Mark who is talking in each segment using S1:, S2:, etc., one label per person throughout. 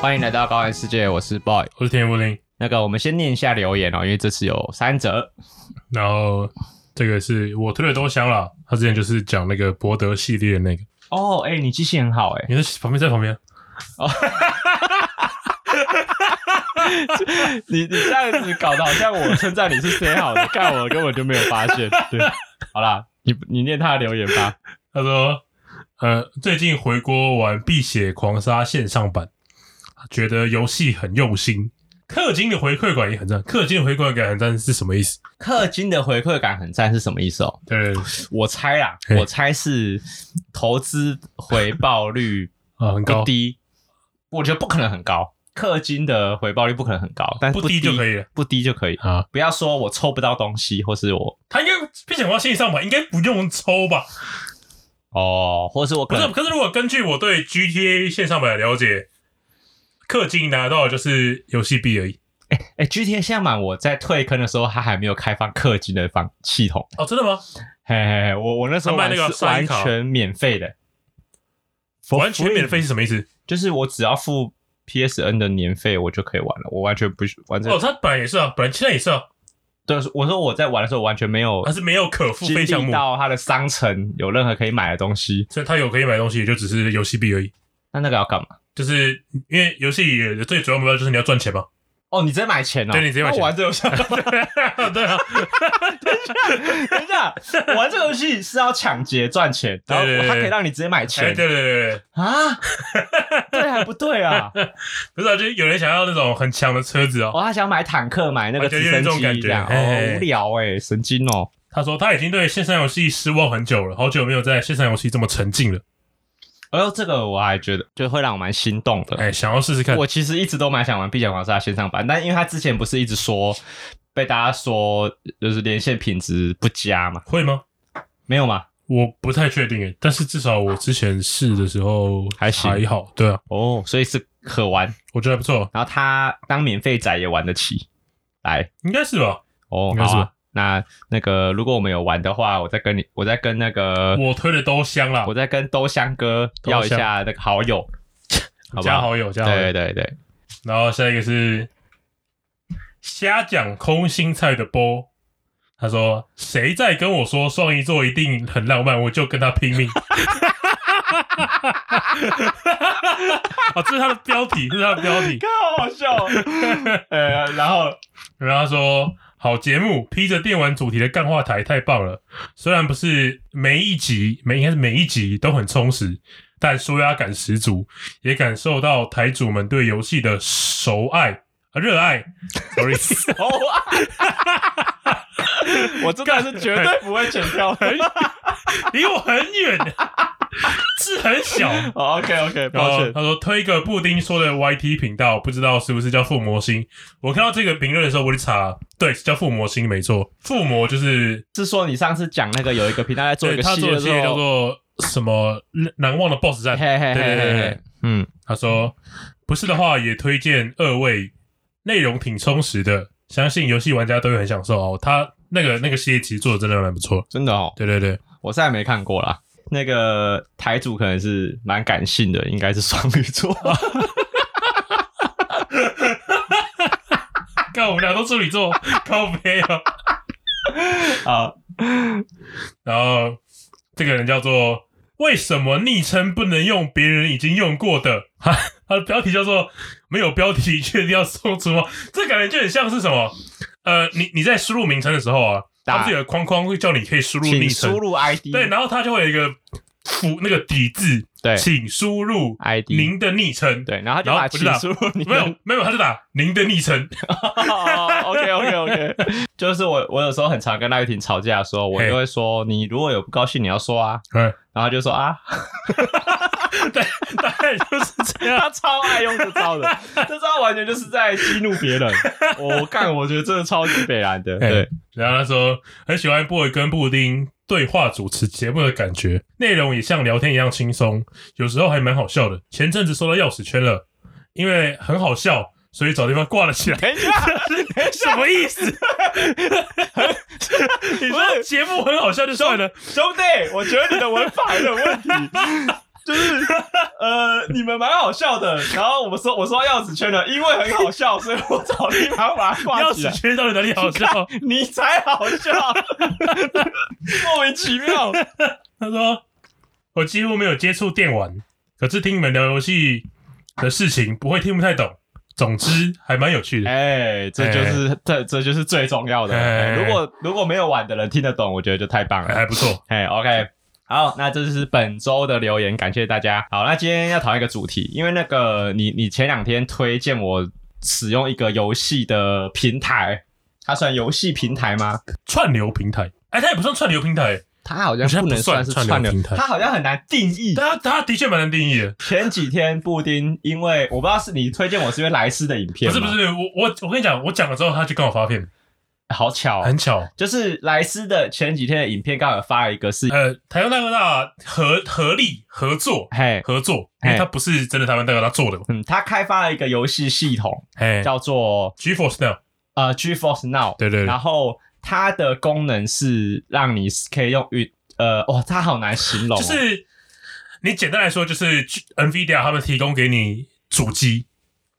S1: 欢迎来到高玩世界，我是 Boy。
S2: 我是田福林，
S1: 那个，我们先念一下留言哦，因为这次有三则。
S2: 然后这个是我推的东乡啦，他之前就是讲那个博德系列的那个，
S1: 哦，哎，你记性很好哎，
S2: 你在旁边在旁边，
S1: 你你这样子搞得好像我称赞你是谁 好的，看我根本就没有发现。对，好啦，你你念他的留言吧。
S2: 他说，呃，最近回锅玩《碧血狂杀》线上版，觉得游戏很用心，氪金的回馈感也很赞，氪金的回馈感很赞是什么意思？
S1: 氪金的回馈感很赞是什么意思哦？
S2: 对
S1: 我猜啦，
S2: 嘿
S1: 我猜是投资回报率
S2: 啊，很
S1: 不
S2: 高，
S1: 低，我觉得不可能很高。氪金的回报率不可能很高，但是
S2: 不低就可以了
S1: 不低就可以。
S2: 啊。
S1: 不要说我抽不到东西，或是我
S2: 他应该《碧血狂杀》线上版应该不用抽吧？
S1: 哦，或是我
S2: 不
S1: 可
S2: 是，
S1: 能
S2: 可是如果根据我对 GTA 线上版的了解，氪金拿到的就是游戏币而已。
S1: 哎、g t a 下满我在退坑的时候，它还没有开放氪金的方系统。
S2: 哦，真的吗？
S1: 嘿嘿嘿，我我那时候
S2: 他卖
S1: 玩
S2: 那个
S1: 是
S2: 沙
S1: 完
S2: 溢卡
S1: 全免费的，For
S2: 完全
S1: free
S2: 免费，是什么意思？
S1: 就是我只要付 PSN 的年费，我就可以玩了。我完全不需完全、
S2: 哦，他本来也是啊，本来现在也是啊，
S1: 对，我说我在玩的时候完全没有
S2: 他是没有可付
S1: 经
S2: 费项
S1: 历
S2: 目，
S1: 到它的商城有任何可以买的东西。
S2: 所以他有可以买东西，也就只是游戏币而已。
S1: 那那个要干嘛？
S2: 就是因为游戏也最主要目标就是你要赚钱嘛。
S1: 哦，你直接买钱哦？
S2: 对你直接买钱
S1: 那我玩这游戏要 干嘛，
S2: 对啊，
S1: 等一下，我玩这个游戏是要抢劫赚钱，然后
S2: 对对对
S1: 它可以让你直接买
S2: 哎，对
S1: 钱
S2: 对对对，
S1: 啊？ 对还不对啊？
S2: 不是啊，就是有人想要那种很强的车子哦。
S1: 我还想买坦克，买那个
S2: 啊就
S1: 直
S2: 有
S1: 升
S2: 点这种
S1: 机这
S2: 感觉
S1: 样，
S2: 嘿
S1: 哦，
S2: 嘿
S1: 无聊哎，神经哦。
S2: 他说他已经对线上游戏失望很久了，好久没有在线上游戏这么沉浸了。
S1: 哎呦，这个我还觉得就会让我蛮心动的。
S2: 哎，想要试试看。
S1: 我其实一直都蛮想玩《碧血狂杀》线上版，但因为他之前不是一直说被大家说就是连线品质不佳嘛，
S2: 会吗？
S1: 没有嘛？
S2: 我不太确定诶，但是至少我之前试的时候
S1: 还行
S2: 还好，对啊，
S1: 哦，所以是可玩，
S2: 我觉得还不错，
S1: 然后他当免费仔也玩得起，来
S2: 应该是吧。
S1: 哦，
S2: 应该是
S1: 好
S2: 吧
S1: 啊。那那个，如果我们有玩的话，我再跟你，我再跟那个，
S2: 我推的都香啦
S1: 我，再跟兜香哥要一
S2: 兜香
S1: 下那个好友，好不
S2: 加
S1: 好？
S2: 好友，加好友
S1: 对。对对，
S2: 然后下一个是瞎讲空心菜的波，他说谁在跟我说双鱼座一定很浪漫，我就跟他 拼命。哦，这是他的标题，这是他的标题。
S1: 看好好笑、呃，然后
S2: 然后他说好节目，披着电玩主题的干话台太棒了。虽然不是每一集，每应该是每一集都很充实，但舒压感十足，也感受到台主们对游戏的熟爱、啊热爱。Sorry。
S1: 哦，我真的是绝对不会剪掉
S2: 哎
S1: 的。
S2: 离我很远，字很小。
S1: OK OK，
S2: 然
S1: 抱
S2: 后
S1: 歉。
S2: 他说推一个布丁说的 YT 频道，不知道是不是叫附魔星。我看到这个评论的时候，我就查，对，叫附魔星没错。附魔就是
S1: 是说你上次讲那个有一个频道在做一
S2: 对
S1: 个
S2: 他
S1: 系
S2: 做
S1: 列
S2: 的
S1: 的
S2: 系
S1: 时候
S2: 列叫做什么难忘的 BOSS 战。
S1: 嘿嘿嘿
S2: 对对
S1: 嘿
S2: 对
S1: 嘿
S2: 对，
S1: 嗯，
S2: 他说不是的话，也推荐二位，内容挺充实的，相信游戏玩家都会很享受哦。他那个那个系列其实做的真的蛮不错。
S1: 真的哦，
S2: 对 对对，
S1: 我现在没看过啦。那个台主可能是蛮感性的，应该是双鱼座。
S2: 哦 看我们俩都处女座，高飞啊。
S1: 啊，
S2: 然后这个人叫做为什么昵称不能用别人已经用过的？ 他他的标题叫做没有标题确定要送出吗？这感觉就很像是什么？呃，你你在输入名称的时候啊，
S1: 打
S2: 它是有个框框会叫你可以输入昵
S1: 请输
S2: 称，
S1: 入 ID，
S2: 对，然后它就会有一个符那个底字，
S1: 对
S2: 请输入
S1: ID，
S2: 您的昵称，
S1: 哎对，然后他就
S2: 然后
S1: 把
S2: 不
S1: 请
S2: 知道
S1: 输入你
S2: 没有没有，他就打您的昵称，
S1: OK OK OK，就是我我有时候很常跟赖玉婷吵架的时候，我
S2: 嘿
S1: 就会说你如果有不高兴你要说啊，
S2: 嗯，
S1: 然后就说 啊，
S2: 大概就是这样。
S1: 他超爱用这招 的，这招完全就是在激怒别 人。我干，我觉得真的超级北蓝 的，
S2: 嘿
S1: 对，
S2: 然后他说很喜欢 boy 跟布丁对话主持节目的感觉，内容也像聊天一样轻松，有时候还蛮好笑的。前阵子收到钥匙圈了，因为很好笑，所以找地方挂了起 来。
S1: 等一下，
S2: 什么意思？你说节目很好笑就算了，
S1: 兄弟，我觉得你的文法有点问题。就是呃，你们蛮好笑的。然后我们说我说钥匙圈了，因为很好笑，所以我找地方把它挂
S2: 钥
S1: 起来
S2: 匙。圈到底哪里好笑？
S1: 你才好 笑，莫名其妙。
S2: 他说：“我几乎没有接触电玩，可是听你们聊游戏的事情，不会听不太懂。总之还蛮有趣的。
S1: 哎，这就是这这就是最重要的。哎
S2: 哎
S1: 如果如果没有玩的人听得懂，我觉得就太棒
S2: 还
S1: 了。
S2: 还不错。
S1: 哎，OK。好，那这就是本周的留言，感谢大家。好，那今天要讨论一个主题，因为那个你你前两天推荐我使用一个游戏的平台，它算游戏平台吗？
S2: 串流平台，哎、它也不算串流平台，
S1: 它好像
S2: 我觉得
S1: 不能
S2: 不算
S1: 是
S2: 串流
S1: 串流
S2: 平台
S1: 它好像很难定义。
S2: 它它的确蛮难定义的。
S1: 前几天布丁，因为我不知道是你推荐我是因为莱斯的影片
S2: 不
S1: 吗，
S2: 是不是，我我我跟你讲，我讲了之后，他就跟我发片，
S1: 好巧哦、
S2: 很巧。
S1: 就是莱斯的前几天的影片刚好有发了一个是，
S2: 呃，台湾大哥大合合力合作
S1: 嘿，
S2: 合作，因为
S1: 哎
S2: 它不是真的台湾大哥大做的嘛。
S1: 嗯，他开发了一个游戏系统
S2: 哎
S1: 叫做
S2: ，GeForce Now，
S1: 呃 GeForce Now，
S2: 对对对
S1: 然后它的功能是让你可以用运呃，哇，它好难形容哦、
S2: 就是你简单来说，就是 G- NVIDIA 他们提供给你主机，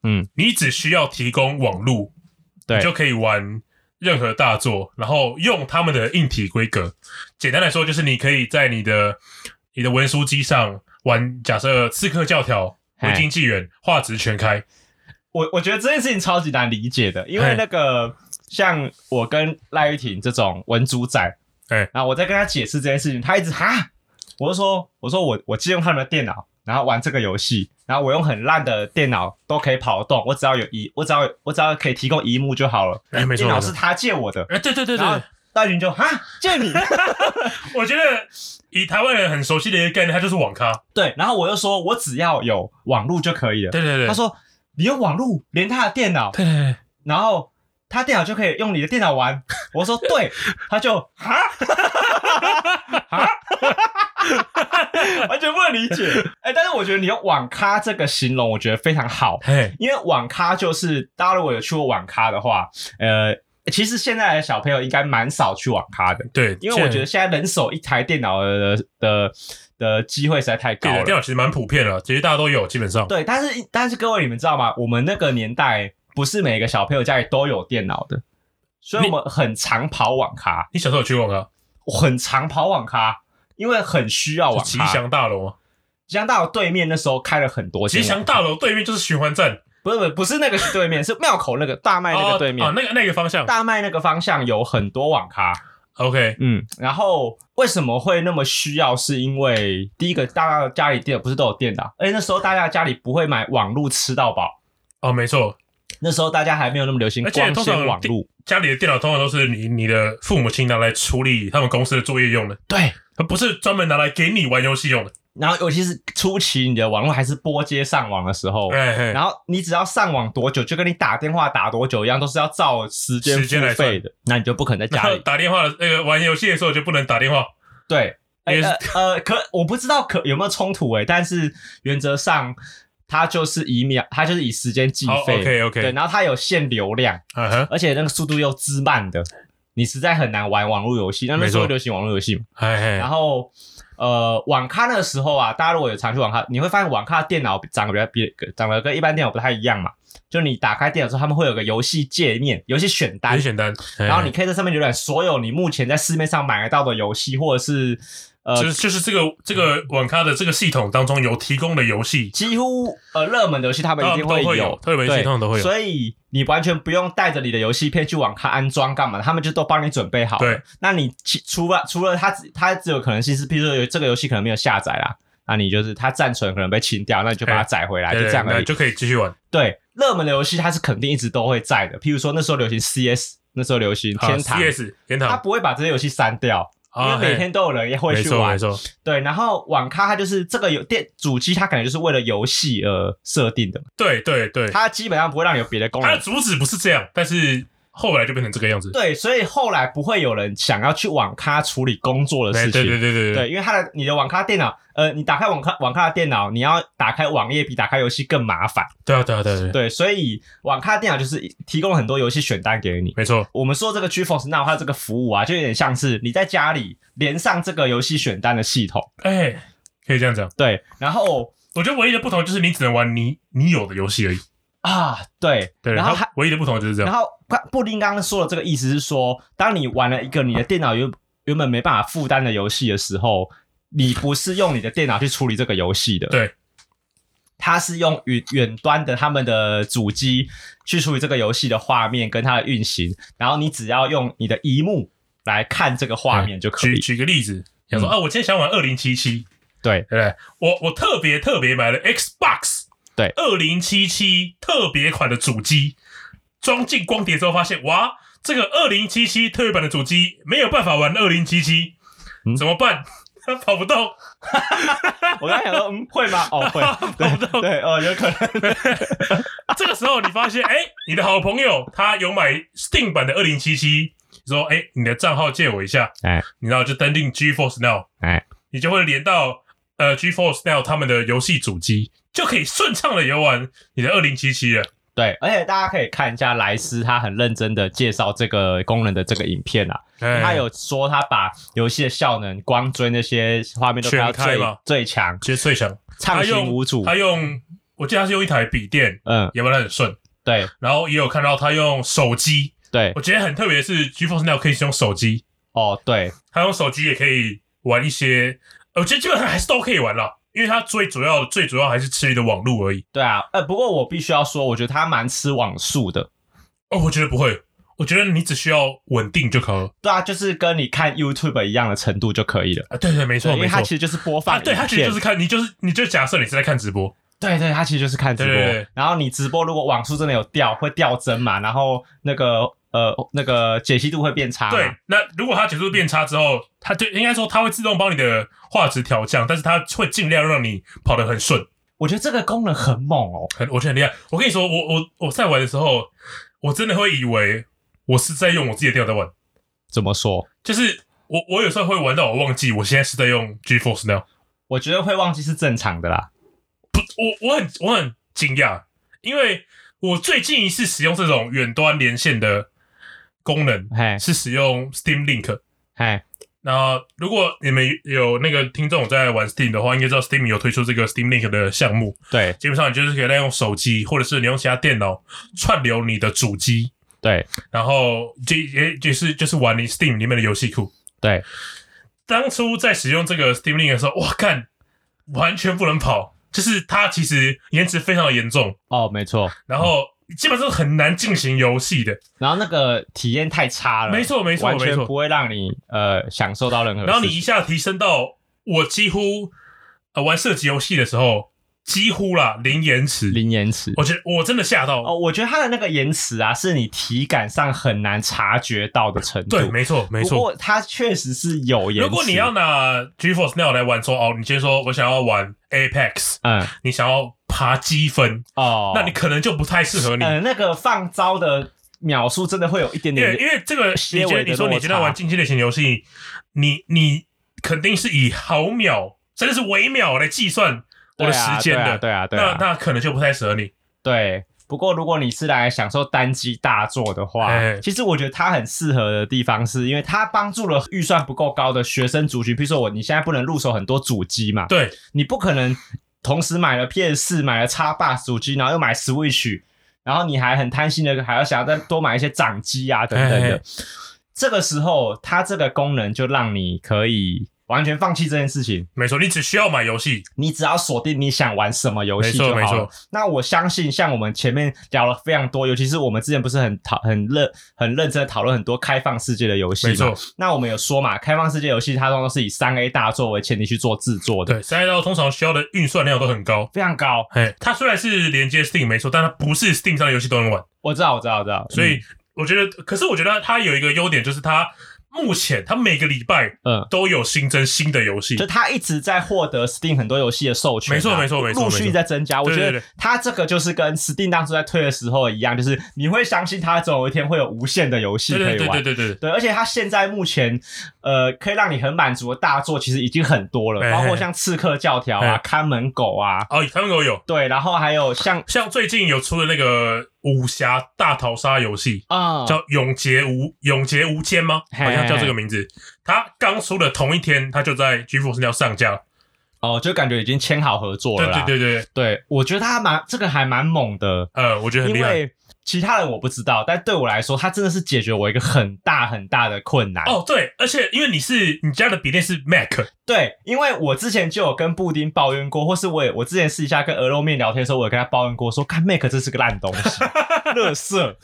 S1: 嗯，
S2: 你只需要提供网路，
S1: 对
S2: 你就可以玩任何大作，然后用他们的硬体规格。简单来说，就是你可以在你的你的文书机上玩，假设《刺客教条》
S1: 嘿
S2: 《维京纪元》，画质全开，
S1: 我我觉得这件事情超级难理解的，因为
S2: 嘿
S1: 那个像我跟赖玉婷这种文主仔，
S2: 嘿
S1: 然后我在跟他解释这件事情，他一直哈，我就说我说我我借用他们的电脑，然后玩这个游戏，然后我用很烂的电脑都可以跑得动，我只要有一我只要我只要可以提供一幕就好了，
S2: 哎没错
S1: 电脑
S2: 没错
S1: 是他借我的，
S2: 哎、对对对对
S1: 然，后赖玉婷就哈借你，
S2: 我觉得以台湾人很熟悉的一个概念，它就是网咖。
S1: 对，然后我又说我只要有网路就可以了，
S2: 对对对，
S1: 他说你有网路连他的电脑，
S2: 对对对。
S1: 然后他电脑就可以用你的电脑玩。我说对，他就哈哈， 完全不能理解。哎、但是我觉得你用网咖这个形容，我觉得非常好，
S2: 嘿，
S1: 因为网咖就是大家如果有去过网咖的话，呃，其实现在的小朋友应该蛮少去网咖的，
S2: 对，
S1: 因为我觉得
S2: 现
S1: 现在人手一台电脑的的的机会实在太
S2: 在
S1: 高
S2: 电
S1: 了
S2: 脑。电脑其实蛮普遍了，其实大家都有，基本上。
S1: 对，但是但是各位你们知道吗？我们那个年代不是每个小朋友家里都有电脑的，所以我们很常跑网咖，
S2: 你小时候有去过网
S1: 我很常跑网咖，因为很需要
S2: 咖？
S1: 网
S2: 吉
S1: 咖。
S2: 祥大楼吗？
S1: 吉祥大楼对面那时候开了很多间
S2: 吉
S1: 网，
S2: 祥大楼对面就是循环站，
S1: 不是不是不是那个对面， 是庙口那个大麦那个对面，
S2: 哦，哦那个那个方向。
S1: 大麦那个方向有很多网咖。
S2: OK，
S1: 嗯，然后为什么会那么需要？是因为第一个，大家家里电不是都有电脑，而且那时候大家家里不会买网路吃到饱，
S2: 哦，没错，
S1: 那时候大家还没有那么流行
S2: 而且
S1: 光
S2: 通常
S1: 纤网路。
S2: 家里的电脑通常都是你你的父母亲拿来处理他们公司的作业用的，
S1: 对，
S2: 它不是专门拿来给你玩游戏用的。
S1: 然后尤其是初期你的网络还是拨接上网的时候，
S2: 哎嘿，
S1: 哦然后你只要上网多久，就跟你打电话打多久一样，都是要照时间
S2: 时间来
S1: 付费
S2: 算
S1: 的，那你就不可能在
S2: 然
S1: 家
S2: 后
S1: 里
S2: 打电话的那个玩游戏的时候就不能打电话。
S1: 对。哎
S2: 也是
S1: 呃呃，可我不知道可有没有冲突哎、但是原则上它就是以秒，它就是以时间计
S2: 好
S1: 费。
S2: ，OK
S1: 对，
S2: OK，
S1: 然后它有限流量，
S2: 嗯哼，
S1: 而且那个速度又之慢的，你实在很难玩网络游戏。那那时候
S2: 没错
S1: 流行网络游戏嘛，
S2: 哎
S1: 然
S2: 嘿，
S1: 后呃，网咖那个时候啊，大家如果有常去网咖，你会发现网咖电脑长得比较比长得跟一般电脑不太一样嘛。就你打开电脑之后，他们会有个游戏界面、游戏哎选单
S2: 很，简单。哎
S1: 然后你
S2: 嘿
S1: 可以在上面浏览所有你目前在市面上买得到的游戏，或者是呃
S2: 就是就是这个这个网咖的这个系统当中有提供的游戏，
S1: 几乎呃热门的游戏，他们一定
S2: 都会
S1: 有，
S2: 特别游戏
S1: 对
S2: 通常都会有。
S1: 所以你完全不用带着你的游戏片去网咖安装干嘛，他们就都帮你准备好了
S2: 对，
S1: 那你其除了除了它只它只有可能性是，譬如说有这个游戏可能没有下载啦，那你就是它暂存可能被清掉，那你就把它
S2: 哎
S1: 载回来，
S2: 对
S1: 就
S2: 对
S1: 这样而
S2: 那
S1: 已。
S2: 就可以继续玩。
S1: 对，热门的游戏它是肯定一直都会在的，譬如说那时候流行 CS，那时候流行天堂。
S2: CS 天
S1: 它
S2: 堂，
S1: 不会把这些游戏删掉，因为
S2: 啊
S1: 每
S2: 嘿
S1: 天都有人也会
S2: 没
S1: 去
S2: 错
S1: 玩
S2: 没。错，
S1: 对，然后网咖它就是这个有电主机，它可能就是为了游戏而设定的，
S2: 对对对，
S1: 它基本上不会让你有别的功能
S2: 它的。主旨不是这样，但是后来就变成这个样子。
S1: 对，所以后来不会有人想要去网咖处理工作的
S2: 哎
S1: 事情。
S2: 对对对对
S1: 对，因为它的你的网咖电脑，呃，你打开网咖网咖的电脑，你要打开网页比打开游戏更麻烦。
S2: 对啊对啊对啊对啊，
S1: 对，所以网咖电脑就是提供了很多游戏选单给你。
S2: 没错，
S1: 我们说这个 GeForce Now 它这个服务啊，就有点像是你在家里连上这个游戏选单的系统，
S2: 哎，可以这样讲。
S1: 对，然后
S2: 我觉得唯一的不同就是你只能玩你你有的游戏而已。
S1: 啊，对，
S2: 对，
S1: 然后还
S2: 它唯一的不同就是这
S1: 然
S2: 样。
S1: 后布丁刚刚说的这个意思是说，当你玩了一个你的电脑原原本没办法负担的游戏的时候，你不是用你的电脑去处理这个游戏的，
S2: 对，
S1: 它是用远远端的他们的主机去处理这个游戏的画面跟它的运行，然后你只要用你的一幕来看这个画面就可
S2: 举
S1: 以。
S2: 举个例子，想说
S1: 嗯
S2: 啊，我今天想玩二零七七，
S1: 对
S2: 对不对？我我特别特别买了 Xbox，
S1: 对
S2: 二零七七特别款的主机，装进光碟之后发现，哇，这个二零七七特别版的主机没有办法玩二零七七
S1: 嗯，
S2: 怎么办？ 它跑不动，
S1: 我刚才想说，嗯，会 吗？哦，会，对对，哦，有可能，
S2: 这个时候你发现，哎、你的好朋友他有买 Steam 版的二零七七，你说，哎、你的账号借我一下，
S1: 哎
S2: 你然后就登进 GeForce Now，
S1: 哎，
S2: 你就会连到呃 GeForce Now 他们的游戏主机，就可以顺畅的游玩你的二零七七了。
S1: 对，而且大家可以看一下莱斯他很认真的介绍这个功能的这个影片啊，他
S2: 哎
S1: 有说他把游戏的效能、光追那些画面都开到
S2: 全开
S1: 最
S2: 嘛
S1: 最强，
S2: 直接最强，
S1: 畅
S2: 他
S1: 行
S2: 用
S1: 无阻。
S2: 他用，我记得他是用一台笔电，
S1: 嗯，
S2: 也玩的很顺。
S1: 对
S2: 然后也有看到他用手机，
S1: 对
S2: 我觉得很特别的是 GeForce Now 可以使用手机，
S1: 哦对
S2: 他用手机也可以玩一些，我觉得基本上还是都可以玩啦，因为它最主要最主要还是吃你的网路而已。
S1: 对啊，呃，不过我必须要说，我觉得他蛮吃网速的。
S2: 哦，我觉得不会，我觉得你只需要稳定就可以了。
S1: 对啊，就是跟你看 YouTube 一样的程度就可以了。
S2: 啊，对对，没
S1: 对，
S2: 错
S1: 因
S2: 没
S1: 为
S2: 错
S1: 它其。实就是播放
S2: 啊，
S1: 影
S2: 对
S1: 片，
S2: 他其实就是看你就是你就假设你是在看直播，
S1: 对对，它其实就是看直播。
S2: 对对对
S1: 然后你直播如果网速真的有掉，会掉帧嘛，然后那个呃那个解析度会变差嘛。
S2: 对。那如果它解数变差之后，它就应该说它会自动帮你的画质调降，但是它会尽量让你跑得很顺，
S1: 我觉得这个功能很猛哦。
S2: 很我觉得很厉害。我跟你说，我我我在玩的时候，我真的会以为我是在用我自己的电脑在玩。
S1: 怎么说？
S2: 就是我我有时候会玩到我忘记我现在是在用 GeForce Now，
S1: 我觉得会忘记是正常的啦。
S2: 我我很我很惊讶，因为我最近一次使用这种远端连线的功能
S1: 嘿，
S2: 是使用 Steam Link。
S1: 嘿，
S2: 那如果你们有那个听众有在玩 Steam 的话，应该知道 Steam 有推出这个 Steam Link 的项目，
S1: 对
S2: 基本上你就是可以在用手机或者是你用其他电脑串流你的主机，
S1: 对
S2: 然后就也就是就是玩你 Steam 里面的游戏库。
S1: 对，
S2: 当初在使用这个 Steam Link 的时候，哇，干，完全不能跑，就是它其实延迟非常的严重，
S1: 哦，没错。
S2: 然后基本上是很难进行游戏的。
S1: 然后那个体验太差了，
S2: 没错没错
S1: 完全
S2: 没错
S1: 不会让你呃享受到任何事情。
S2: 然后你一下提升到我几乎呃玩射击游戏的时候，几乎啦零延迟，
S1: 零延迟
S2: 我觉得我真的吓到。
S1: 哦，我觉得它的那个延迟啊，是你体感上很难察觉到的程度。
S2: 对，没错没
S1: 不
S2: 错。
S1: 过它确实是有延迟。
S2: 如果你要拿 GeForce Now 来玩说，哦，你先说我想要玩 Apex，
S1: 嗯
S2: 你想要爬积分，
S1: 哦，
S2: 那你可能就不太适合你。
S1: 呃那个放招的秒数真的会有一点
S2: 因为
S1: 点
S2: 因为这个，
S1: 些
S2: 你觉
S1: 微
S2: 得
S1: 的
S2: 你说
S1: 落
S2: 你现在
S1: 差
S2: 玩竞技类型游戏，你你肯定是以毫秒甚至是微秒来计算我的时间的，
S1: 对啊对啊对啊
S2: 那那可能就不太适合你。
S1: 对。不过，如果你是来享受单机大作的话，
S2: 哎
S1: 其实我觉得它很适合的地方是，因为它帮助了预算不够高的学生族群。譬如说我，你现在不能入手很多主机嘛，
S2: 对
S1: 你不可能同时买了 PS 四、买了 Xbox 主机，然后又买 Switch，然后你还很贪心的还要想要再多买一些掌机啊等等
S2: 哎
S1: 的
S2: 哎。
S1: 这个时候，它这个功能就让你可以完全放弃这件事情，
S2: 没错，你只需要买游戏，
S1: 你只要锁定你想玩什么游戏就好了。
S2: 没错没错
S1: 那我相信，像我们前面聊了非常多，尤其是我们之前不是很讨很认很认真的讨论很多开放世界的游戏
S2: 没
S1: 嘛
S2: 错？，
S1: 那我们有说嘛，开放世界游戏它通常都是以三 A 大作为前提去做制作的，
S2: 对，三 A 刀通常需要的运算量都很高。
S1: 非常高。
S2: 嘿，它虽然是连接 Steam 没错，但它不是 Steam 上的游戏都能玩，
S1: 我知道，我知道，我知道。
S2: 所以我觉得，可是我觉得它有一个优点，就是它目前它每个礼拜
S1: 嗯，嗯。
S2: 都有新增新的游戏
S1: 就，它一直在获得 Steam 很多游戏的授权啊、
S2: 没错没错没错
S1: 陆
S2: 没
S1: 续
S2: 错
S1: 在增加。我
S2: 对
S1: 觉
S2: 对
S1: 得
S2: 对
S1: 它这个就是跟 Steam 当初在推的时候一样，就是你会相信它总有一天会有无限的游戏
S2: 对
S1: 可以玩。
S2: 对对对对对。
S1: 对，而且它现在目前，呃，可以让你很满足的大作其实已经很多了，
S2: 哎
S1: 包括像《刺客教条》啊，
S2: 哎
S1: 《看门狗》啊，
S2: 哦，他们给我有，
S1: 对，然后还有像
S2: 像最近有出的那个武侠大逃杀游戏，
S1: 啊，
S2: 叫《永劫无永劫无间》吗？
S1: 嘿
S2: 好像叫这个名字。它刚出的同一天，它就在 GeForce 要上架，
S1: 哦，就感觉已经签好合作
S2: 对
S1: 了啦。
S2: 对对对，
S1: 对我觉得他蛮这个还蛮猛的，
S2: 呃，我觉得很
S1: 因
S2: 厉害。
S1: 为其他人我不知道，但对我来说，他真的是解决我一个很大很大的困难。
S2: 哦，对，而且因为你是你家的笔电是 Mac，
S1: 对，因为我之前就有跟布丁抱怨过，或是我也我之前私底下跟鹅肉面聊天的时候，我也跟他抱怨过说，看 Mac 这是个烂东西，垃圾。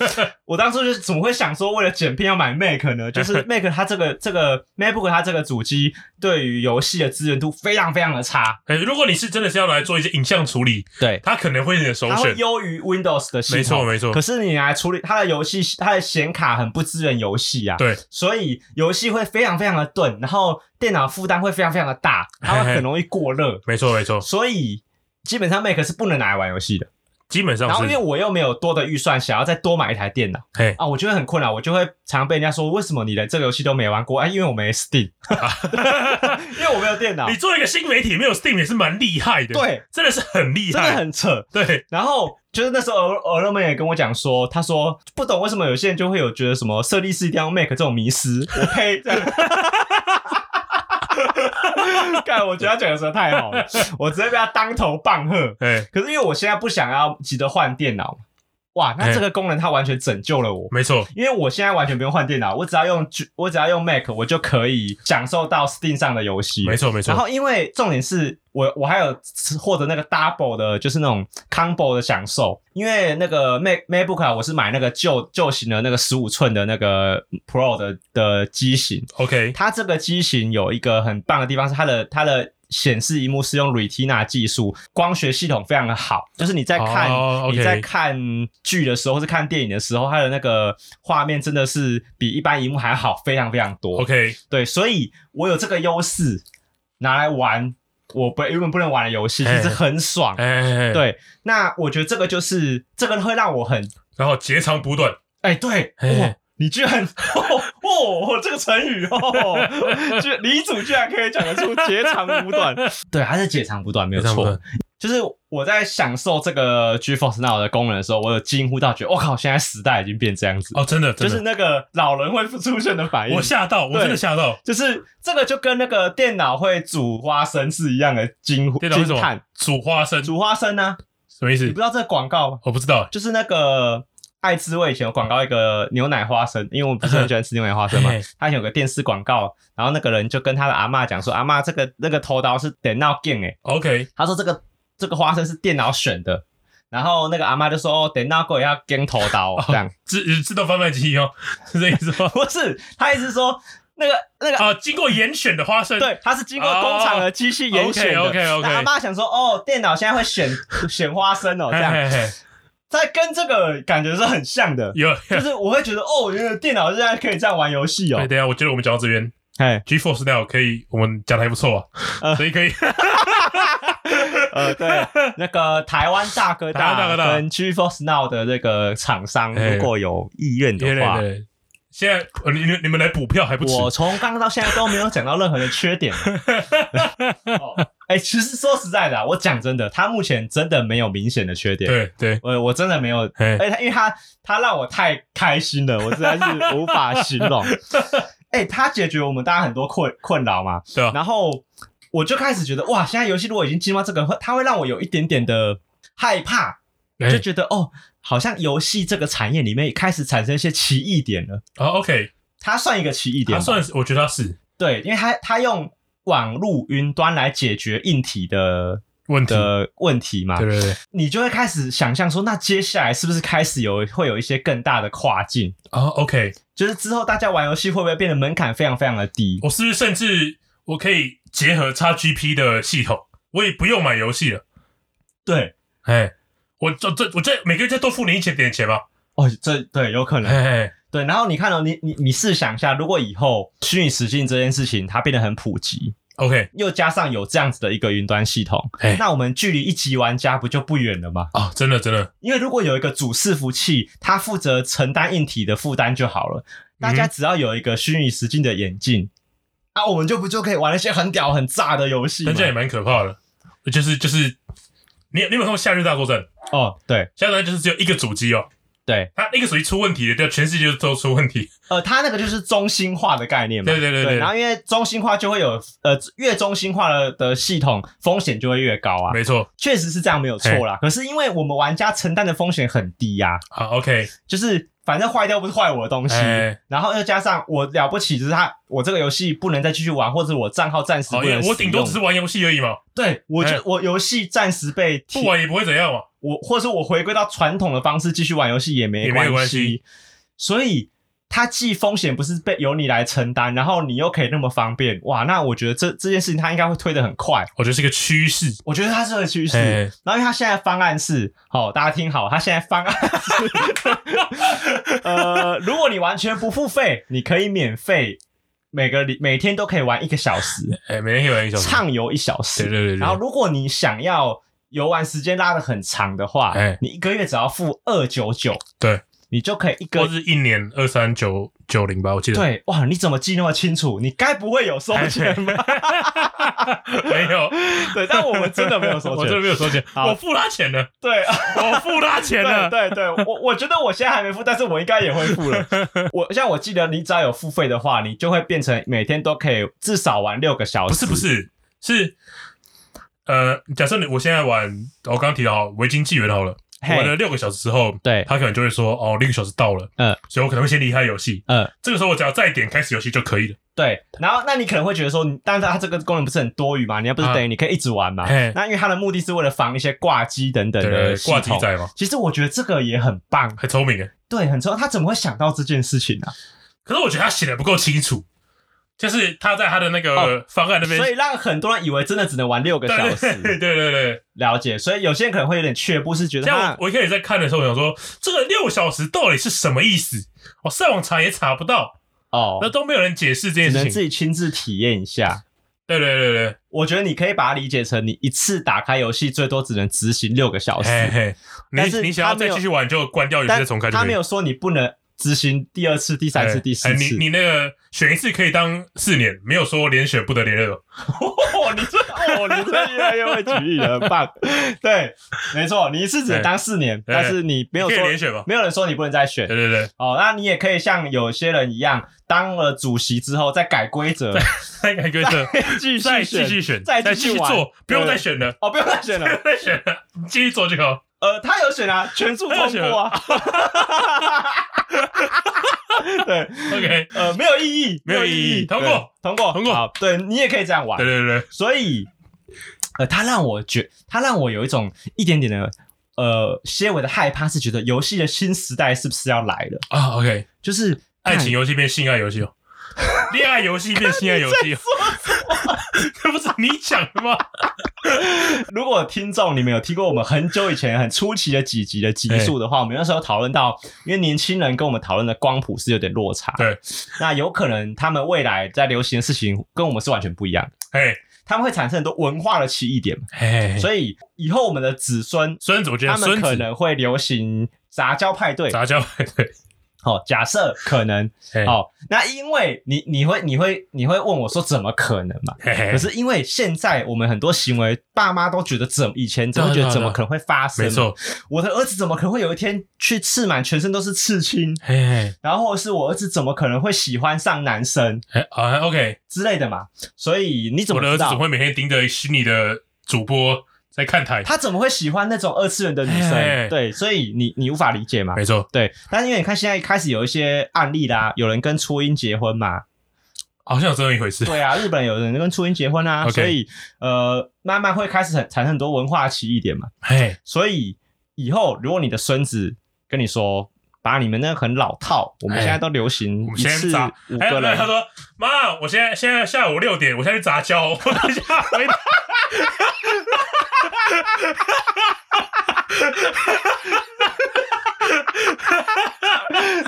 S1: 我当初就是怎么会想说，为了剪片要买 Mac 呢？就是 Mac 它这个这个 MacBook 它这个主机对于游戏的支援度非常非常的差，
S2: 哎，如果你是真的是要来做一些影像处理，
S1: 对，
S2: 它可能会是你的首
S1: 它会
S2: 选。
S1: 优于 Windows 的系统。
S2: 没错没错
S1: 可，是你来处理它的游戏，它的显卡很不支援游戏啊，
S2: 对，
S1: 所以游戏会非常非常的钝，然后电脑负担会非常非常的大，它
S2: 嘿嘿
S1: 会很容易过热，
S2: 没错没错，
S1: 所以基本上 Mac 是不能拿来玩游戏的。
S2: 基本上
S1: 然后因为
S2: 是。
S1: 我又没有多的预算，想要再多买一台电脑
S2: 嘿，
S1: 啊，我就会很困扰，我就会常被人家说为什么你连这个游戏都没玩过啊？因为我没 Steam，因为我没有电脑
S2: 你，做一个新媒体没有 Steam 也是蛮厉害的，
S1: 啊对，
S2: 真的是很厉
S1: 真的
S2: 害，
S1: 很扯。
S2: 对，
S1: 然后就是那时候俄俄罗们也跟我讲说，他说不懂为什么有些人就会有觉得什么设计师一定要 make 这种迷失，我呸！这样 干，我觉得他讲的实在太好了，我直接被他当头棒喝。
S2: 哎，
S1: 可是因为我现在不想要急着换电脑，哇，
S2: 哎
S1: 那这个功能它完全拯救了我。
S2: 没错，
S1: 因为我现在完全不用换电脑，我只要用我只要用 Mac，我就可以享受到 Steam 上的游戏了。
S2: 没错没
S1: 然
S2: 错，
S1: 后因为重点是我我还有获得那个 double 的，就是那种 combo 的享受，因为那个 Mac MacBook 啊，我是买那个旧旧型的那个十五寸的那个 Pro 的的机型，
S2: OK，
S1: 它这个机型有一个很棒的地方是它的它的。显示荧幕是用 Retina 技术，光学系统非常的好，就是你在看、
S2: 哦，OK
S1: 你在看剧的时候，或是看电影的时候，它的那个画面真的是比一般荧幕还好，非常非常多。
S2: OK，
S1: 对，所以我有这个优势拿来玩我不原本不能玩的游戏，其
S2: 哎
S1: 实很爽。
S2: 哎哎，哎，
S1: 对，那我觉得这个就是这个会让我很
S2: 然后截长补短，
S1: 哎、对，
S2: 哎
S1: 哇，你居然哦哦这个成语哦，居李主居然可以讲得出截长补短， 对，还是截长补短没有
S2: 截长补
S1: 错
S2: 短。
S1: 就是我在享受这个 GeForce Now 的功能的时候，我有惊呼到觉得，我、靠，现在时代已经变这样子，
S2: 哦，真的，
S1: 就
S2: 真
S1: 是
S2: 的，
S1: 那个老人会出现的反应。
S2: 我吓到，我真的
S1: 对
S2: 吓到，
S1: 就是这个就跟那个电脑会煮花生是一样的惊
S2: 电脑是什
S1: 惊
S2: 么
S1: 叹。？
S2: 煮花生，
S1: 煮花生呢、
S2: 什么意
S1: 你
S2: 思
S1: 不？知道这个广告吗？
S2: 我不知道，
S1: 就是那个爱滋味以前有广告一个牛奶花生，因为我不是很喜欢吃牛奶花生嘛
S2: 嘿，
S1: 他以前有个电视广告，然后那个人就跟他的阿嬷讲说：“阿嬷，这个那个头刀是电脑game 诶。
S2: OK，”
S1: 他说：“这个这个花生是电脑选的。”然后那个阿嬷就说：“哦，电脑也要 game 头刀哦、这样。
S2: 自呃自动贩卖机哦， 是这意思吗”？
S1: 不是，他意思说那个那个
S2: 啊，经过严选的花生，
S1: 对，它是经过工厂的机器严选的。
S2: 哦，OK，OK，OK
S1: 那阿妈想说，哦，电脑现在会选选花生哦，
S2: 嘿，
S1: 这样，
S2: 嘿嘿
S1: 在跟这个感觉是很像的，
S2: 有。
S1: 就是我会觉得，哦，原来电脑现在可以这样玩游戏哦
S2: 哎，，等一下，我觉得我们讲到这边
S1: 哎，
S2: ，GeForce Now 可以，我们讲的还不错啊，
S1: 呃
S2: 所以可以，
S1: 呃，对，那个台湾大哥
S2: 台湾大哥大
S1: 大跟 GeForce Now 的那个厂商，
S2: 哎
S1: 如果有意愿
S2: 对
S1: 的话
S2: 对。对。现在呃你你你们来补票还不迟，
S1: 我从刚刚到现在都没有讲到任何的缺 点。哦哎、其实说实在的啊、我讲真的，它目前真的没有明显的缺点。
S2: 对对，
S1: 我我真的没有
S2: 哎
S1: 而且他因为他他让我太开心了，我实在是无法形 容。哎、他解决我们大家很多困困扰嘛，
S2: 对啊，
S1: 然后我就开始觉得哇，现在游戏如果已经进入到这个，会它会让我有一点点的害怕，
S2: 哎
S1: 就觉得哦，好像游戏这个产业里面开始产生一些奇异点了。
S2: 啊 OK，
S1: 它算一个奇异点
S2: 他
S1: 吧，
S2: 算是我觉得他是
S1: 对，因为它它用网路云端来解决硬体的
S2: 问题，
S1: 的问题嘛，
S2: 对对对，
S1: 你就会开始想象说，那接下来是不是开始有会有一些更大的跨境？
S2: 啊 OK，
S1: 就是之后大家玩游戏会不会变得门槛非常非常的低？
S2: 我是不是甚至我可以结合 XGP 的系统，我也不用买游戏了，
S1: 对，
S2: 哎，我这这我这每个月再多付你一千点钱吧，
S1: 哦，这对有可能。
S2: 哎，
S1: 对，然后你看哦，你你你试想一下，如果以后虚拟实境这件事情它变得很普及，
S2: OK，
S1: 又加上有这样子的一个云端系统
S2: 嘿，
S1: 那我们距离一级玩家不就不远了吗？
S2: 啊，真的真的，
S1: 因为如果有一个主伺服器，它负责承担硬体的负担就好了。
S2: 嗯
S1: 大家只要有一个虚拟实境的眼镜，啊，我们就不就可以玩那些很屌很炸的游戏吗
S2: 但？这样也蛮可怕的，就是就是，你你有没有看过《夏日大作战》？《
S1: 哦，对，
S2: 夏日大作战》就是只有一个主机哦，
S1: 对，
S2: 它那个属于出问题的，对，全世界都出问题。
S1: 呃，它那个就是中心化的概念嘛。
S2: 对对对
S1: 对然后因为中心化就会有呃，越中心化的的系统风险就会越高啊，
S2: 没错。
S1: 确实是这样没有错啦。可是因为我们玩家承担的风险很低呀、
S2: 好，OK，
S1: 就是反正坏掉不是坏我的东西，
S2: 哎
S1: 然后又加上我了不起，就是他我这个游戏不能再继续玩，或者我账号暂时
S2: 好，
S1: 不
S2: 哦因
S1: 能
S2: 为
S1: 使用、
S2: 我顶多只是玩游戏而已嘛，
S1: 对我就、
S2: 哎
S1: 我游戏暂时被停
S2: 不玩也不会怎样嘛。
S1: 我或者说我回归到传统的方式继续玩游戏也没
S2: 也没有关
S1: 系
S2: 系，
S1: 所以它既风险不是被由你来承担，然后你又可以那么方便，哇，那我觉得这这件事情它应该会推得很快，
S2: 我觉得是个趋势。
S1: 我觉得它是个趋势。
S2: 哎
S1: 然后因为它现在方案是，好、大家听好，它现在方案是， 呃，如果你完全不付费，你可以免费，每个礼每天都可以玩一个小 时，
S2: 哎、每天可以玩一小时。
S1: 畅游一小时，
S2: 对对对对。
S1: 然后，如果你想要游玩时间拉的很长的话，
S2: 哎
S1: 你一个月只要付二九九，
S2: 对，
S1: 你就可以一
S2: 或
S1: 个
S2: 是一年二三九九零吧，我记 得。
S1: 对哇！你怎么记那么清楚？你该不会有收钱吧？
S2: 没有，
S1: 对，但我们真的没有收
S2: 哎 我真的
S1: 钱。
S2: 没有收钱，
S1: 好
S2: 我付他钱了，
S1: 对，啊
S2: 我付他钱
S1: 对
S2: 了。
S1: 对对，我我觉得我现在还没付，但是我应该也会付 了。我像我记得，你只要有付费的话，你就会变成每天都可以至少玩六个小时。
S2: 不是不，是是，呃，假设你我现在玩，哦我刚刚提到维京纪元好了，
S1: 嘿
S2: 玩了六个小时之后，
S1: 对，
S2: 他可能就会说，哦，六个小时到了，
S1: 嗯，
S2: 所以我可能会先离开游戏，
S1: 嗯，
S2: 这个时候我只要再点开始游戏就可以了。
S1: 对，然后那你可能会觉得说，你但是它这个功能不是很多余嘛？你要不是
S2: 啊
S1: 等于你可以一直玩嘛？
S2: 嘿
S1: 那因为它的目的是为了防一些挂机等等
S2: 对对
S1: 的
S2: 对，
S1: 系
S2: 挂
S1: 统。
S2: 机仔嘛，
S1: 其实我觉得这个也很棒，
S2: 很聪明诶。
S1: 对，很聪。他怎么会想到这件事情呢、啊
S2: 可是我觉得他写的不够清楚，就是他在他的那个方案那边
S1: 哦所以让很多人以为真的只能玩六个小
S2: 对对
S1: 时，
S2: 对对，
S1: 了解。所以有些人可能会有点却步，是觉得
S2: 这样
S1: 哈
S2: 我我一开始在看的时候，我想说这个六小时到底是什么意思？我上网查也查不到，
S1: 哦
S2: 那，都没有人解释这
S1: 只
S2: 件
S1: 能
S2: 事
S1: 自
S2: 情。
S1: 己亲自体验一下。
S2: 对对对对，
S1: 我觉得你可以把它理解成，你一次打开游戏最多只能执行六个小时，
S2: 嘿嘿，
S1: 但哦是
S2: 你你想要
S1: 他没
S2: 再
S1: 有
S2: 继续玩就关掉游戏
S1: 但
S2: 再重开就
S1: 他
S2: 可
S1: 没
S2: 以。
S1: 有说你不能执行第二次、第三次、
S2: 哎
S1: 第四
S2: 哎
S1: 次。
S2: 你你那个选一次可以当四年，没有说连选不得连任。
S1: 哦，你这哦， 你这越来越会举例了，很棒。对，没错，你一次只能当四年，但是你没有
S2: 哎你
S1: 说
S2: 可以连选吧
S1: 没有人说你不能再选
S2: 对。对对，
S1: 哦，那你也可以像有些人一样，当了主席之后再改规则，
S2: 再改规则，
S1: 继
S2: 再
S1: 续
S2: 继续
S1: 选，
S2: 选，
S1: 再
S2: 再
S1: 继续
S2: 继续
S1: 玩
S2: 做，不用
S1: 对
S2: 再选了，
S1: 哦，不用再选
S2: 不用
S1: 了。
S2: 再选了，你继续做就好。
S1: 呃，他有选啊，全数 通过啊。对，
S2: OK，
S1: 呃，没有意义，
S2: 没有
S1: 意
S2: 意义通过
S1: 对通过，
S2: 通过
S1: 好。对你也可以这样玩
S2: 对。对对，
S1: 所以，呃，他让我觉，他让我有一种一点点的，呃，些微的害怕，是觉得游戏的新时代是不是要来了？
S2: 啊，OK，
S1: 就是
S2: 爱情
S1: 游
S2: 游戏变性爱游戏 哦，恋爱游戏变性爱游戏哦，这不是你讲的吗？
S1: 如果听众你们有听过我们很久以前很初期的几集的集数的话，我们那时候讨论到，因为年轻人跟我们讨论的光谱是有点落差，
S2: 对，
S1: 那有可能他们未来在流行的事情跟我们是完全不一样的，
S2: 哎
S1: 他们会产生很多文化的歧义点嘛，
S2: 哎，
S1: 所以以后我们的子孙
S2: 孙子，我觉得
S1: 他
S2: 孙
S1: 们可
S2: 子
S1: 能会流行杂交派对，
S2: 杂交派对，
S1: 好、假设可能，
S2: 嘿
S1: 好、那因为你你会你会你会问我说怎么可能嘛？
S2: 嘿嘿
S1: 可是因为现在我们很多行为，爸妈都觉得怎以前怎么
S2: 对啊
S1: 觉得
S2: 对啊
S1: 怎么
S2: 对啊
S1: 可能会发生？
S2: 没，错，
S1: 我的儿子怎么可能会有一天去刺满全身都是刺青？
S2: 嘿嘿
S1: 然后或者是我儿子怎么可能会喜欢上男生
S2: 嘿，啊，OK，
S1: 之类的嘛？所以你怎
S2: 我
S1: 么
S2: 的
S1: 知
S2: 儿子
S1: 道
S2: 总会每天盯着虚拟的主播在看台，
S1: 他怎么会喜欢那种二次元的女
S2: 嘿嘿
S1: 生？
S2: 嘿
S1: 对，所以你你无法理解嘛？
S2: 没错
S1: 对，但是因为你看现在开始有一些案例啦，有人跟初音结婚嘛，
S2: 好像有这么一回事。
S1: 对啊，日本有人跟初音结婚啊
S2: OK
S1: 所以呃，慢慢会开始很产生很多文化歧义点嘛。
S2: 嘿，
S1: 所以以后如果你的孙子跟你说，把你们那个很老套，我们
S2: 哎
S1: 现在都流行
S2: 我们
S1: 一
S2: 先
S1: 次
S2: 砸
S1: 五
S2: 还有
S1: 个
S2: 没有
S1: 人
S2: 哎他，说：“妈，我现在现在下午六点，我现在去杂交，我等一下回来。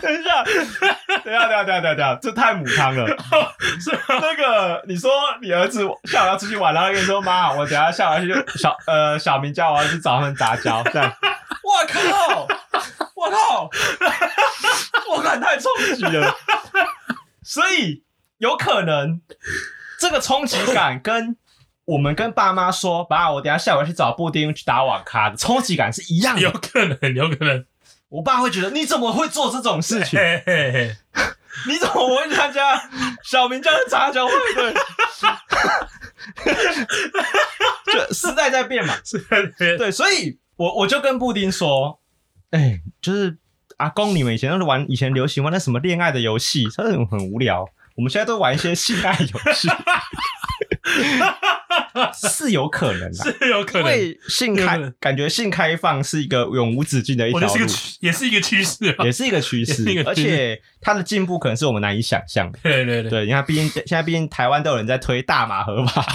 S1: 等一下，等一下，等一下，等一下，等一下，这太母汤 了。
S2: 是
S1: 那个，你说你儿子下午要出去玩，然后跟你说妈，我等一下下午要去小呃小明家，我要去找他们杂交，这样。我靠！我靠！我靠！太冲击了。所以有可能这个冲击感跟我们跟爸妈说，爸，我等一下下午要去找布丁去打网咖的冲击感是一样
S2: 有
S1: 的。
S2: 可能，有可能，
S1: 我爸会觉得你怎么会做这种事情？
S2: 嘿嘿嘿，
S1: 你怎么会参加小明教的杂交派对？ 就时代在变嘛，
S2: 是对
S1: 对，所以我我就跟布丁说，哎、就是阿公，你们以前都是玩以前流行玩那什么恋爱的游戏，他很很无聊。我们现在都玩一些性爱游 戏，是有可能的、
S2: 是有可
S1: 因
S2: 能，
S1: 为性
S2: 有可
S1: 开
S2: 能
S1: 感觉性开放是一个永无止境的一
S2: 我觉
S1: 条
S2: 得是
S1: 路
S2: 个，趋，也是一个趋势啊
S1: 也。是一个趋
S2: 也
S1: 势
S2: 是一个，
S1: 而
S2: 趋势
S1: 且它的进步可能是我们难以想象的。
S2: 对对对，
S1: 对，你看，毕 竟现在毕竟台湾都有人在推大麻合法，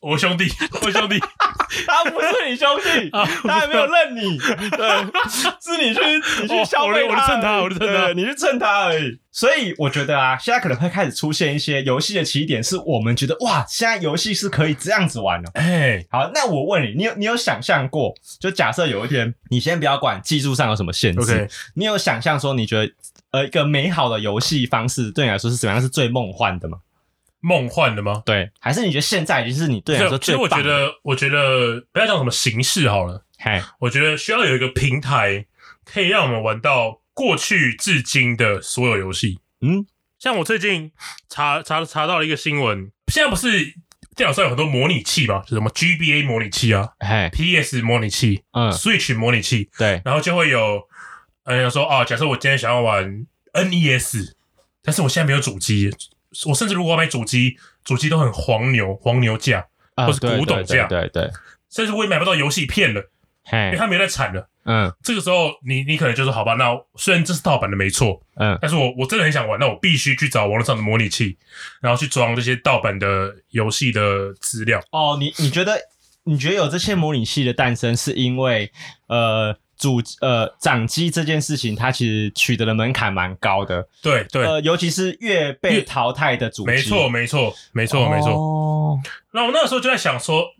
S2: 我兄 弟，我兄弟，
S1: 他不是你兄弟，
S2: 啊
S1: 他还没有认你，对， 是你去你去消费
S2: 哦我就我就蹭他
S1: 而已
S2: 我就蹭他
S1: 对你去蹭他而已。所以我觉得啊，现在可能会开始出现一些游戏的起点，是我们觉得哇，现在游戏是可以这样子玩的。
S2: 哎，
S1: 好，那我问你，你有你有想象过？就假设有一天，你先不要管技术上有什么限制
S2: OK
S1: 你有想象说你觉得呃一个美好的游戏方式对你来说是怎么样是最梦幻的吗？
S2: 梦幻的吗？
S1: 对，还是你觉得现在已经是你对你来啊说
S2: 其
S1: 最棒
S2: 实我
S1: 的？
S2: 觉得，我觉得不要讲什么形式好了，
S1: 嘿，
S2: 我觉得需要有一个平台，可以让我们玩到过去至今的所有游戏。
S1: 嗯，
S2: 像我最近查查查到了一个新闻，现在不是电脑上有很多模拟器嘛，就是什么 GBA 模拟器啊、
S1: 嘿，
S2: PS 模拟器、
S1: 嗯，
S2: Switch 模拟器，
S1: 对，
S2: 然后就会有呃说啊，假设我今天想要玩 NES，但是我现在没有主机，我甚至如果要买主机，主机都很黄牛黄牛价，
S1: 啊
S2: 或是
S1: 对
S2: 古董
S1: 对
S2: 这样
S1: 对对，对
S2: 甚至我也买不到游戏片了，因为
S1: 嘿，
S2: 它没有在产了。
S1: 嗯
S2: 这个时候你，你可能就说好吧，那虽然这是盗版的没错，
S1: 嗯，
S2: 但是我我真的很想玩，那我必须去找网络上的模拟器，然后去装这些盗版的游戏的资料。
S1: 哦，你你觉得你觉得有这些模拟器的诞生，是因为呃主呃掌机这件事情，它其实取得的门槛蛮高的，
S2: 对对，
S1: 呃，尤其是越被
S2: 越
S1: 淘汰的主机，
S2: 没错没错没错没错。
S1: 哦，
S2: 那我那个时候就在想说，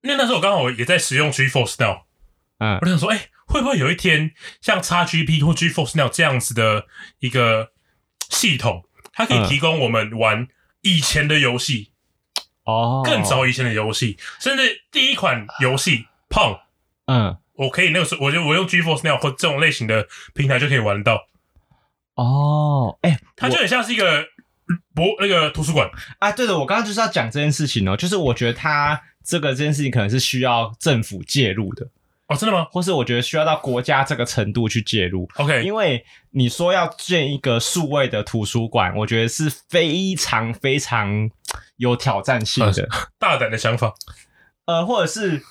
S2: 因为那时候我刚好也在使用 GeForce Now，
S1: 嗯
S2: 我就想说，哎、会不会有一天像 XGP 或 GeForce Now 这样子的一个系统，它可以
S1: 嗯
S2: 提供我们玩以前的游戏，
S1: 哦，
S2: 更，早以前的游戏，甚至第一款游戏《胖》，
S1: 嗯，
S2: 我可以那个时候，我就我用 GeForce Now 或这种类型的平台就可以玩到，
S1: 哦，哎、
S2: 它就很像是一个博那个图书馆，
S1: 啊，对的，我刚刚就是要讲这件事情哦，就是我觉得它这个这件事情可能是需要政府介入的，
S2: 哦，真的吗
S1: 或是我觉得需要到国家这个程度去介入，
S2: ？OK，
S1: 因为你说要建一个数位的图书馆，我觉得是非常非常有挑战性 的。
S2: 大胆的想法，
S1: 呃，或者是，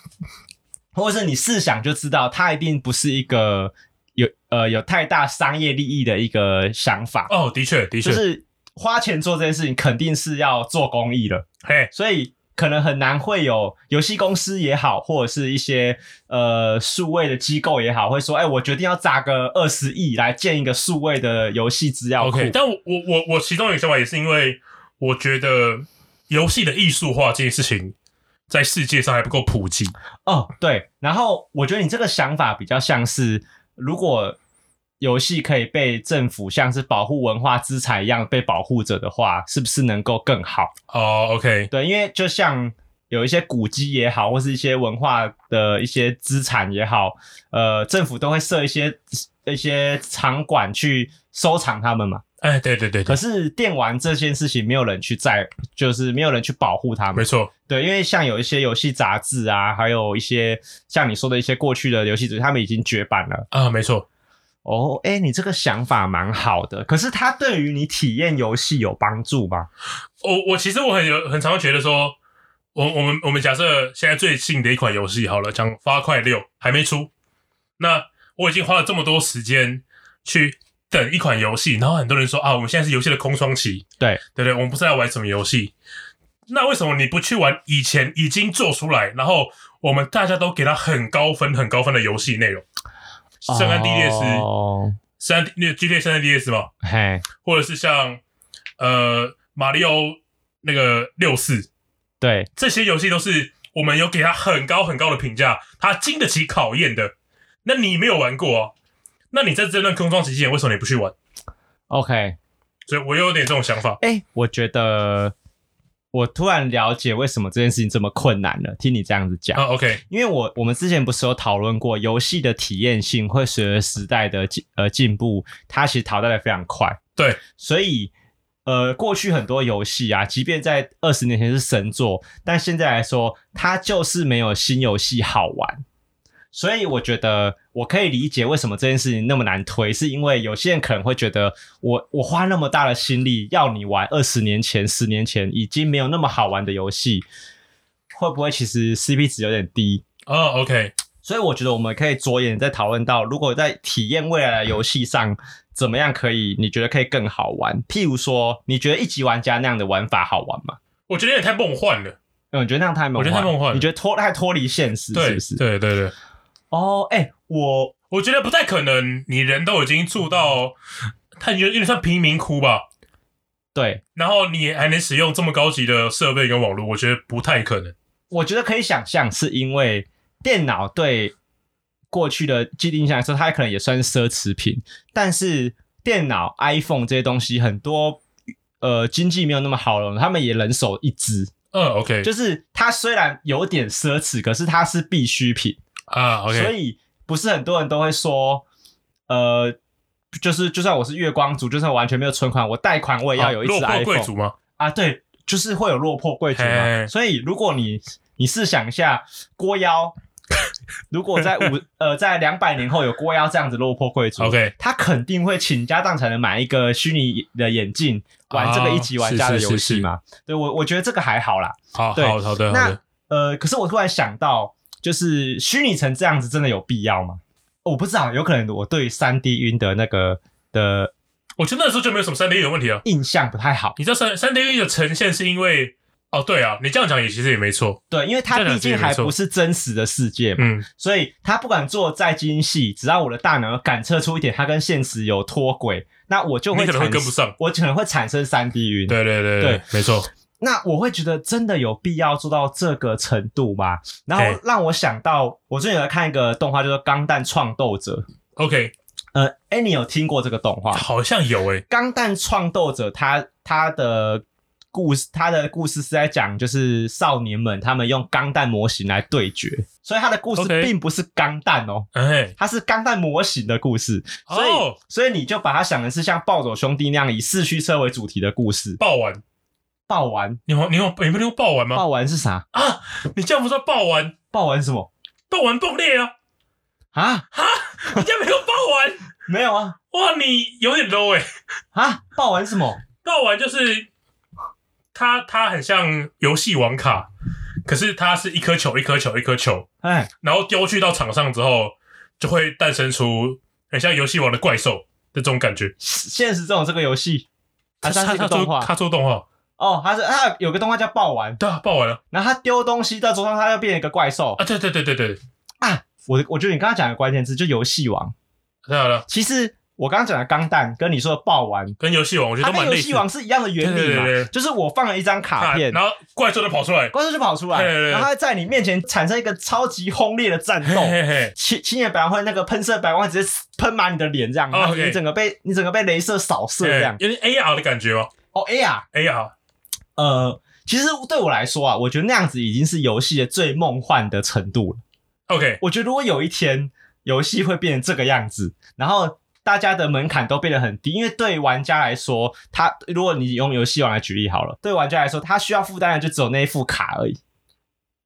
S1: 或者是你试想就知道，它一定不是一个有呃有太大商业利益的一个想法，
S2: 哦，的确的确，
S1: 就是花钱做这件事情肯定是要做公益的，
S2: 嘿，
S1: 所以。可能很难会有游戏公司也好，或者是一些呃数位的机构也好，会说，哎、我决定要砸个二十亿来建一个数位的游戏资料库。
S2: OK，但我我我我其中一个想法也是因为我觉得游戏的艺术化这件事情在世界上还不够普及。
S1: 哦，对，然后我觉得你这个想法比较像是，如果游戏可以被政府像是保护文化资产一样被保护着的话，是不是能够更好？
S2: 哦，OK，
S1: 对，因为就像有一些古迹也好，或是一些文化的一些资产也好，呃，政府都会设一些一些场馆去收藏它们嘛。
S2: 哎，对对对
S1: 可
S2: 对，
S1: 是电玩这件事情，没有人去在，就是没有人去保护它们
S2: 没。错，
S1: 对，因为像有一些游戏杂志啊，还有一些像你说的一些过去的游戏杂志，他们已经绝版了。
S2: 啊，没错，
S1: 哦，哎，你这个想法蛮好的，可是它对于你体验游戏有帮助吗？
S2: 我我其实我很有很常觉得说，我我们我们假设现在最近的一款游戏好了，讲《八块六》还没出，那我已经花了这么多时间去等一款游戏，然后很多人说啊，我们现在是游戏的空窗期，
S1: 对
S2: 对不对？我们不是在玩什么游戏，那为什么你不去玩以前已经做出来，然后我们大家都给它很高分、很高分的游戏内容？圣安地列斯、
S1: 哦，
S2: 三那 GTA 三 DS 嘛，
S1: 嘿，
S2: 或者是像呃马里奥那个六四，
S1: 对，
S2: 这些游戏都是我们有给它很高很高的评价，它经得起考验的。那你没有玩过啊？那你在这段空窗期间，为什么你不去玩？
S1: ，OK，
S2: 所以我又有点这种想法。
S1: 哎，我觉得我突然了解为什么这件事情这么困难了。听你这样子讲，
S2: 啊，OK，
S1: 因为我我们之前不是有讨论过，游戏的体验性会随着时代的进呃进步，它其实淘汰的非常快。
S2: 对，
S1: 所以呃，过去很多游戏啊，即便在二十年前是神作，但现在来说，它就是没有新游戏好玩。所以我觉得我可以理解为什么这件事情那么难推，是因为有些人可能会觉得我我花那么大的心力要你玩二十年前、十年前已经没有那么好玩的游戏，会不会其实 CP 值有点低？
S2: 哦，OK，
S1: 所以我觉得我们可以着眼在讨论到，如果在体验未来的游戏上，怎么样可以你觉得可以更好玩？譬如说，你觉得一级玩家那样的玩法好玩吗？
S2: 我觉得有点太梦幻了。
S1: 嗯，我觉得那样太梦幻，
S2: 我觉得太梦幻了
S1: 你觉得脱太脱离现实
S2: 对
S1: 是不是？
S2: 对对对，
S1: 哦，哎、我
S2: 我觉得不太可能，你人都已经住到，他有有点像贫民窟吧，
S1: 对
S2: 然后你还能使用这么高级的设备跟网络，我觉得不太可能。
S1: 我觉得可以想象，是因为电脑对过去的既定印象来说，它可能也算是奢侈品，但是电脑、iPhone 这些东西很多。呃，经济没有那么好了，他们也人手一只，
S2: 嗯，OK，
S1: 就是它虽然有点奢侈，可是它是必需品
S2: 啊
S1: 所
S2: ，OK，
S1: 以不是很多人都会说，呃，就是就算我是月光族，就算我完全没有存款，我贷款我也要有一
S2: 哦落
S1: 只
S2: 魄
S1: iPhone
S2: 贵族吗？
S1: 啊，对，就是会有落魄贵族嘛。
S2: 嘿
S1: 所以如果你你试想一下，郭 妖如果在五呃在两百年后有郭妖这样子落魄贵族
S2: OK
S1: 他肯定会倾家荡产的买一个虚拟的眼镜，玩这个一级玩家的游
S2: 啊是是是
S1: 戏嘛。对我我觉得这个还好啦。
S2: 好
S1: 对
S2: 好好的好
S1: 那
S2: 的，
S1: 呃，可是我突然想到，就是虚拟成这样子，真的有必要吗？我不知道，有可能我对三 D 晕的那个的
S2: 我觉得那时候就没有什么三 D 的问题啊。
S1: 印象不太好。
S2: 你知道三三 D 的呈现是因为哦，对啊，你这样讲也其实也没错，
S1: 对，因为它
S2: 这两
S1: 毕
S2: 集也
S1: 竟
S2: 没
S1: 还
S2: 错
S1: 不是真实的世界嘛，
S2: 嗯，
S1: 所以它不管做再精细，只要我的大脑感测出一点它跟现实有脱轨，那我就
S2: 你
S1: 会
S2: 可能会
S1: 产
S2: 跟不上。
S1: 我可能会产生三 D 晕。
S2: 对对对
S1: 对，
S2: 没错，
S1: 那我会觉得真的有必要做到这个程度吗？然后
S2: 嘿
S1: 让我想到，我最近有在看一个动画，叫做《钢弹创斗者》。
S2: OK，
S1: 呃，哎、你有听过这个动画？《
S2: 好像有欸诶、
S1: 钢弹创斗者》他他的故事，他的故事是在讲就是少年们他们用钢弹模型来对决，所以他的故事
S2: OK
S1: 并不是钢弹哦，
S2: 哎，
S1: 它是钢弹模型的故事，所以、
S2: 哦，
S1: 所以你就把它想的是像暴走兄弟那样以四驱车为主题的故事。
S2: 爆丸，
S1: 爆丸，
S2: 你有你有你没听过爆丸吗？
S1: 爆丸是啥？
S2: 啊，你这样不算爆丸，
S1: 爆丸是什么
S2: 爆丸爆裂啊！
S1: 啊？
S2: 你这样没有爆丸，
S1: 没有啊
S2: 哇，你有点 low 诶、
S1: 啊！爆丸是什么？
S2: 爆丸就是它，它很像游戏网卡，可是它是一颗球一颗球一颗球，
S1: 哎
S2: 然后丢去到场上之后，就会诞生出很像游戏王的怪兽的这种感觉。
S1: 现实中有这个游戏，它算是一个动画
S2: 他做动画，
S1: 哦，它是它有个动画叫爆丸。
S2: 对啊，爆丸了
S1: 然后他丢东西到桌上，他又变成一个怪兽
S2: 啊！对对对对对，
S1: 啊！我我觉得你刚刚讲的关键字就游戏王，
S2: 太好了，
S1: 其实我刚刚讲的钢弹跟你说的爆丸，
S2: 跟游戏王我觉
S1: 它
S2: 得都
S1: 跟
S2: 蛮
S1: 游
S2: 类似
S1: 戏
S2: 的。
S1: 王是一样的原理嘛，
S2: 对对对对
S1: 就是我放了一张卡
S2: 啊
S1: 片。
S2: 然后怪兽就跑出来，
S1: 怪兽就跑出来，
S2: 对对对
S1: 然后它在你面前产生一个超级轰烈的战
S2: 嘿
S1: 斗，
S2: 嘿嘿，
S1: 青青眼白兰花那个喷射白兰花直接喷满你的脸，这样，
S2: 哦
S1: 然后
S2: OK
S1: 你整个被你整个被镭射扫射这样
S2: 嘿。有点 AR 的感觉哦
S1: 哦，哎呀，
S2: ，AR
S1: 呃，其实对我来说啊，我觉得那样子已经是游戏的最梦幻的程度了。
S2: OK，
S1: 我觉得如果有一天游戏会变成这个样子，然后大家的门槛都变得很低，因为对玩家来说，他如果你用游戏王来举例好了，对玩家来说，他需要负担的就只有那一副卡而已，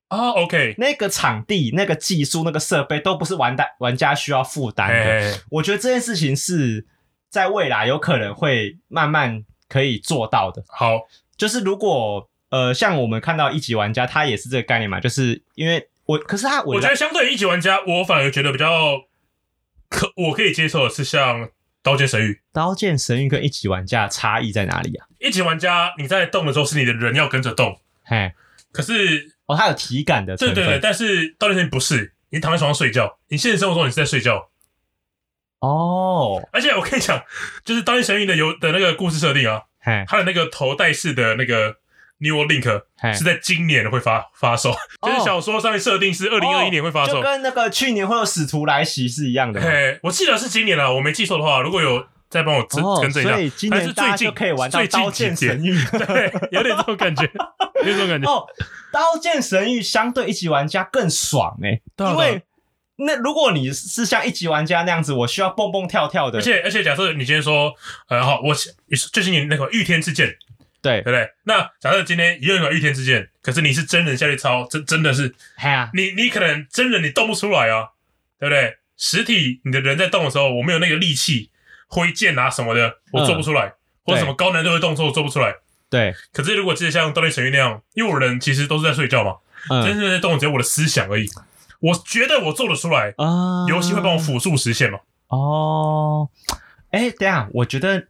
S2: 啊 OK，
S1: 那个场地、那个技术、那个设备都不是玩家玩家需要负担的。
S2: 哎，嘿
S1: 我觉得这件事情是在未来有可能会慢慢可以做到的。
S2: 好，
S1: 就是如果呃，像我们看到一级玩家，他也是这个概念嘛，就是因为我，可是他我
S2: 我觉得相对于一级玩家，我反而觉得比较可我可以接受的是像《刀剑神域
S1: 刀剑神域跟一级玩家的差异在哪里啊？》，
S2: 一级玩家你在动的时候是你的人要跟着动，
S1: 嘿，
S2: 可是
S1: 哦，它有体感的成分。
S2: 对对对，但是《刀剑神域》不是，你躺在床上睡觉，你现实生活中你是在睡觉。
S1: 哦，
S2: 而且我跟你讲，就是《刀剑神域》的游的那个故事设定啊，
S1: 嘿，
S2: 它的那个头戴式的那个 New Link
S1: 嘿
S2: 是在今年会发发售， 就是小说上面设定是二零二一年会发
S1: 哦
S2: 售
S1: 就。跟那个去年会有使徒来袭是一样的嘛。
S2: 嘿，我记得是今年啊，我没记错的话，如果有再帮我增
S1: 哦
S2: 跟这一样
S1: 所以今，
S2: 但
S1: 年
S2: 是
S1: 大
S2: 最
S1: 家就
S2: 近
S1: 可以玩到
S2: 最
S1: 《刀
S2: 近
S1: 剑
S2: 几节
S1: 神，域》
S2: 对，有点这种感觉，有点这种感觉。
S1: 哦，《刀剑神域》相对一级玩家更爽哎、
S2: 对啊
S1: 因
S2: 对啊
S1: 为那如果你是像一级玩家那样子，我需要蹦蹦跳跳的
S2: 而，且而且，假设你今天说，呃，好，我最近你那个御天之剑，
S1: 对
S2: 对，不对？那假设今天也有一个御天之剑，可是你是真人下去抄，真真的是
S1: 嘿啊，
S2: 你你可能真人你动不出来啊，对不对？实体你的人在动的时候，我没有那个力气挥剑啊什么的，我
S1: 嗯
S2: 做不出来，或者什么高难度的动作我做不出来。
S1: 对，
S2: 可是如果真的像《锻炼神域》那样，因为我人其实都是在睡觉嘛，真
S1: 嗯
S2: 正在动只有我的思想而已。我觉得我做得出来，
S1: 啊
S2: 游戏会帮我辅助实现嘛？
S1: 哦，哎，等一下，我觉得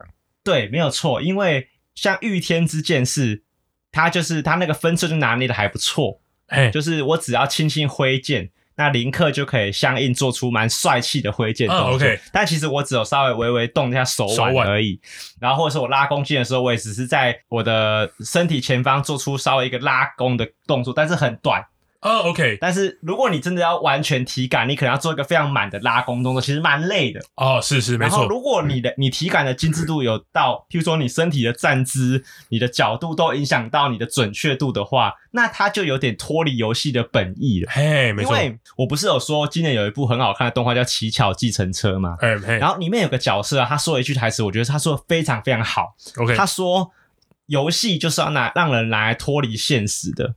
S1: 对，没有错，因为像《御天之剑》是，它就是它那个分寸就拿捏的还不错，
S2: 哎，
S1: 就是我只要轻轻挥剑，那林克就可以相应做出蛮帅气的挥剑动作。
S2: 啊，OK
S1: 但其实我只有稍微微微动一下手腕
S2: 手腕
S1: 而已，然后或者是我拉弓箭的时候，我也只是在我的身体前方做出稍微一个拉弓的动作，但是很短。
S2: 哦，OK，
S1: 但是如果你真的要完全体感，你可能要做一个非常满的拉弓动作，其实蛮累的。
S2: 哦，是是，没
S1: 然后
S2: 错，
S1: 如果你的你体感的精致度有到，譬如说你身体的站姿、你的角度都影响到你的准确度的话，那它就有点脱离游戏的本意了。
S2: 嘿，没
S1: 因
S2: 错，
S1: 为我不是有说今年有一部很好看的动画叫《乞巧计程车》吗？
S2: 哎嘿
S1: 然后里面有个角色、啊，他说了一句台词，我觉得他说的非常非常好。
S2: ，OK，
S1: 他说：“游戏就是要拿让人拿来脱离现实的。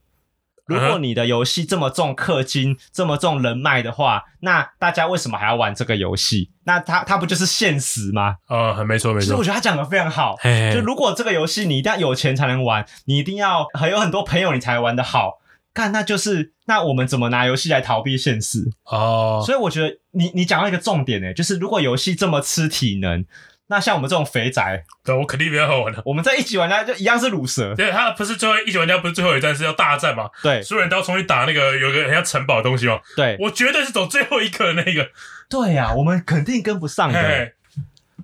S1: 如
S2: 嗯
S1: 果
S2: 哼
S1: 你的游戏这么重氪金，这么重人脉的话，那大家为什么还要玩这个游戏？那它它不就是现实吗？
S2: 啊，很没错，哎没
S1: 其实我
S2: 错，
S1: 觉得他讲的非常好。
S2: 嘿，
S1: 就
S2: 嘿
S1: 如果这个游戏你一定要有钱才能玩，你一定要很有很多朋友你才玩的好。”干，那就是那我们怎么拿游戏来逃避现实？
S2: 哦，
S1: 所以我觉得你你讲到一个重点呢、欸就是如果游戏这么吃体能，那像我们这种肥宅，
S2: 对，我肯定比较好玩的。
S1: 我们在一起玩家就一样是卤蛇，
S2: 对，他不是最后一级玩家，不是最后一站是要大战嘛？
S1: 对
S2: 所有人都要冲去打那个有个很像城堡的东西嘛？
S1: 对
S2: 我绝对是走最后一个的那个。
S1: 对呀、我们肯定跟不上的。
S2: 嘿，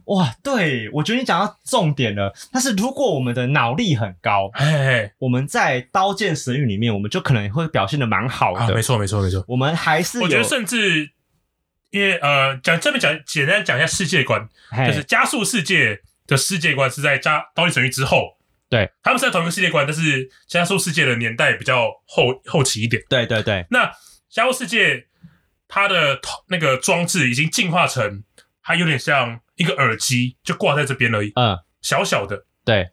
S1: 哇，对，我觉得你讲到重点了。但是如果我们的脑力很高，
S2: 嘿嘿，
S1: 我们在《刀剑神域》里面，我们就可能会表现的蛮好
S2: 啊，
S1: 的。
S2: 没错，没错，没错。
S1: 我们还是有，
S2: 我觉得甚至因为呃，讲这边讲简单讲一下世界观，
S1: 嘿
S2: 就是加速世界的世界观是在加《刀剑神域》之后，
S1: 对，
S2: 他们是在同一个世界观，但是加速世界的年代比较后后期一点。
S1: 对对对，
S2: 那加速世界它的头那个装置已经进化成，它有点像一个耳机，就挂在这边而已，
S1: 嗯，
S2: 小小的，
S1: 对，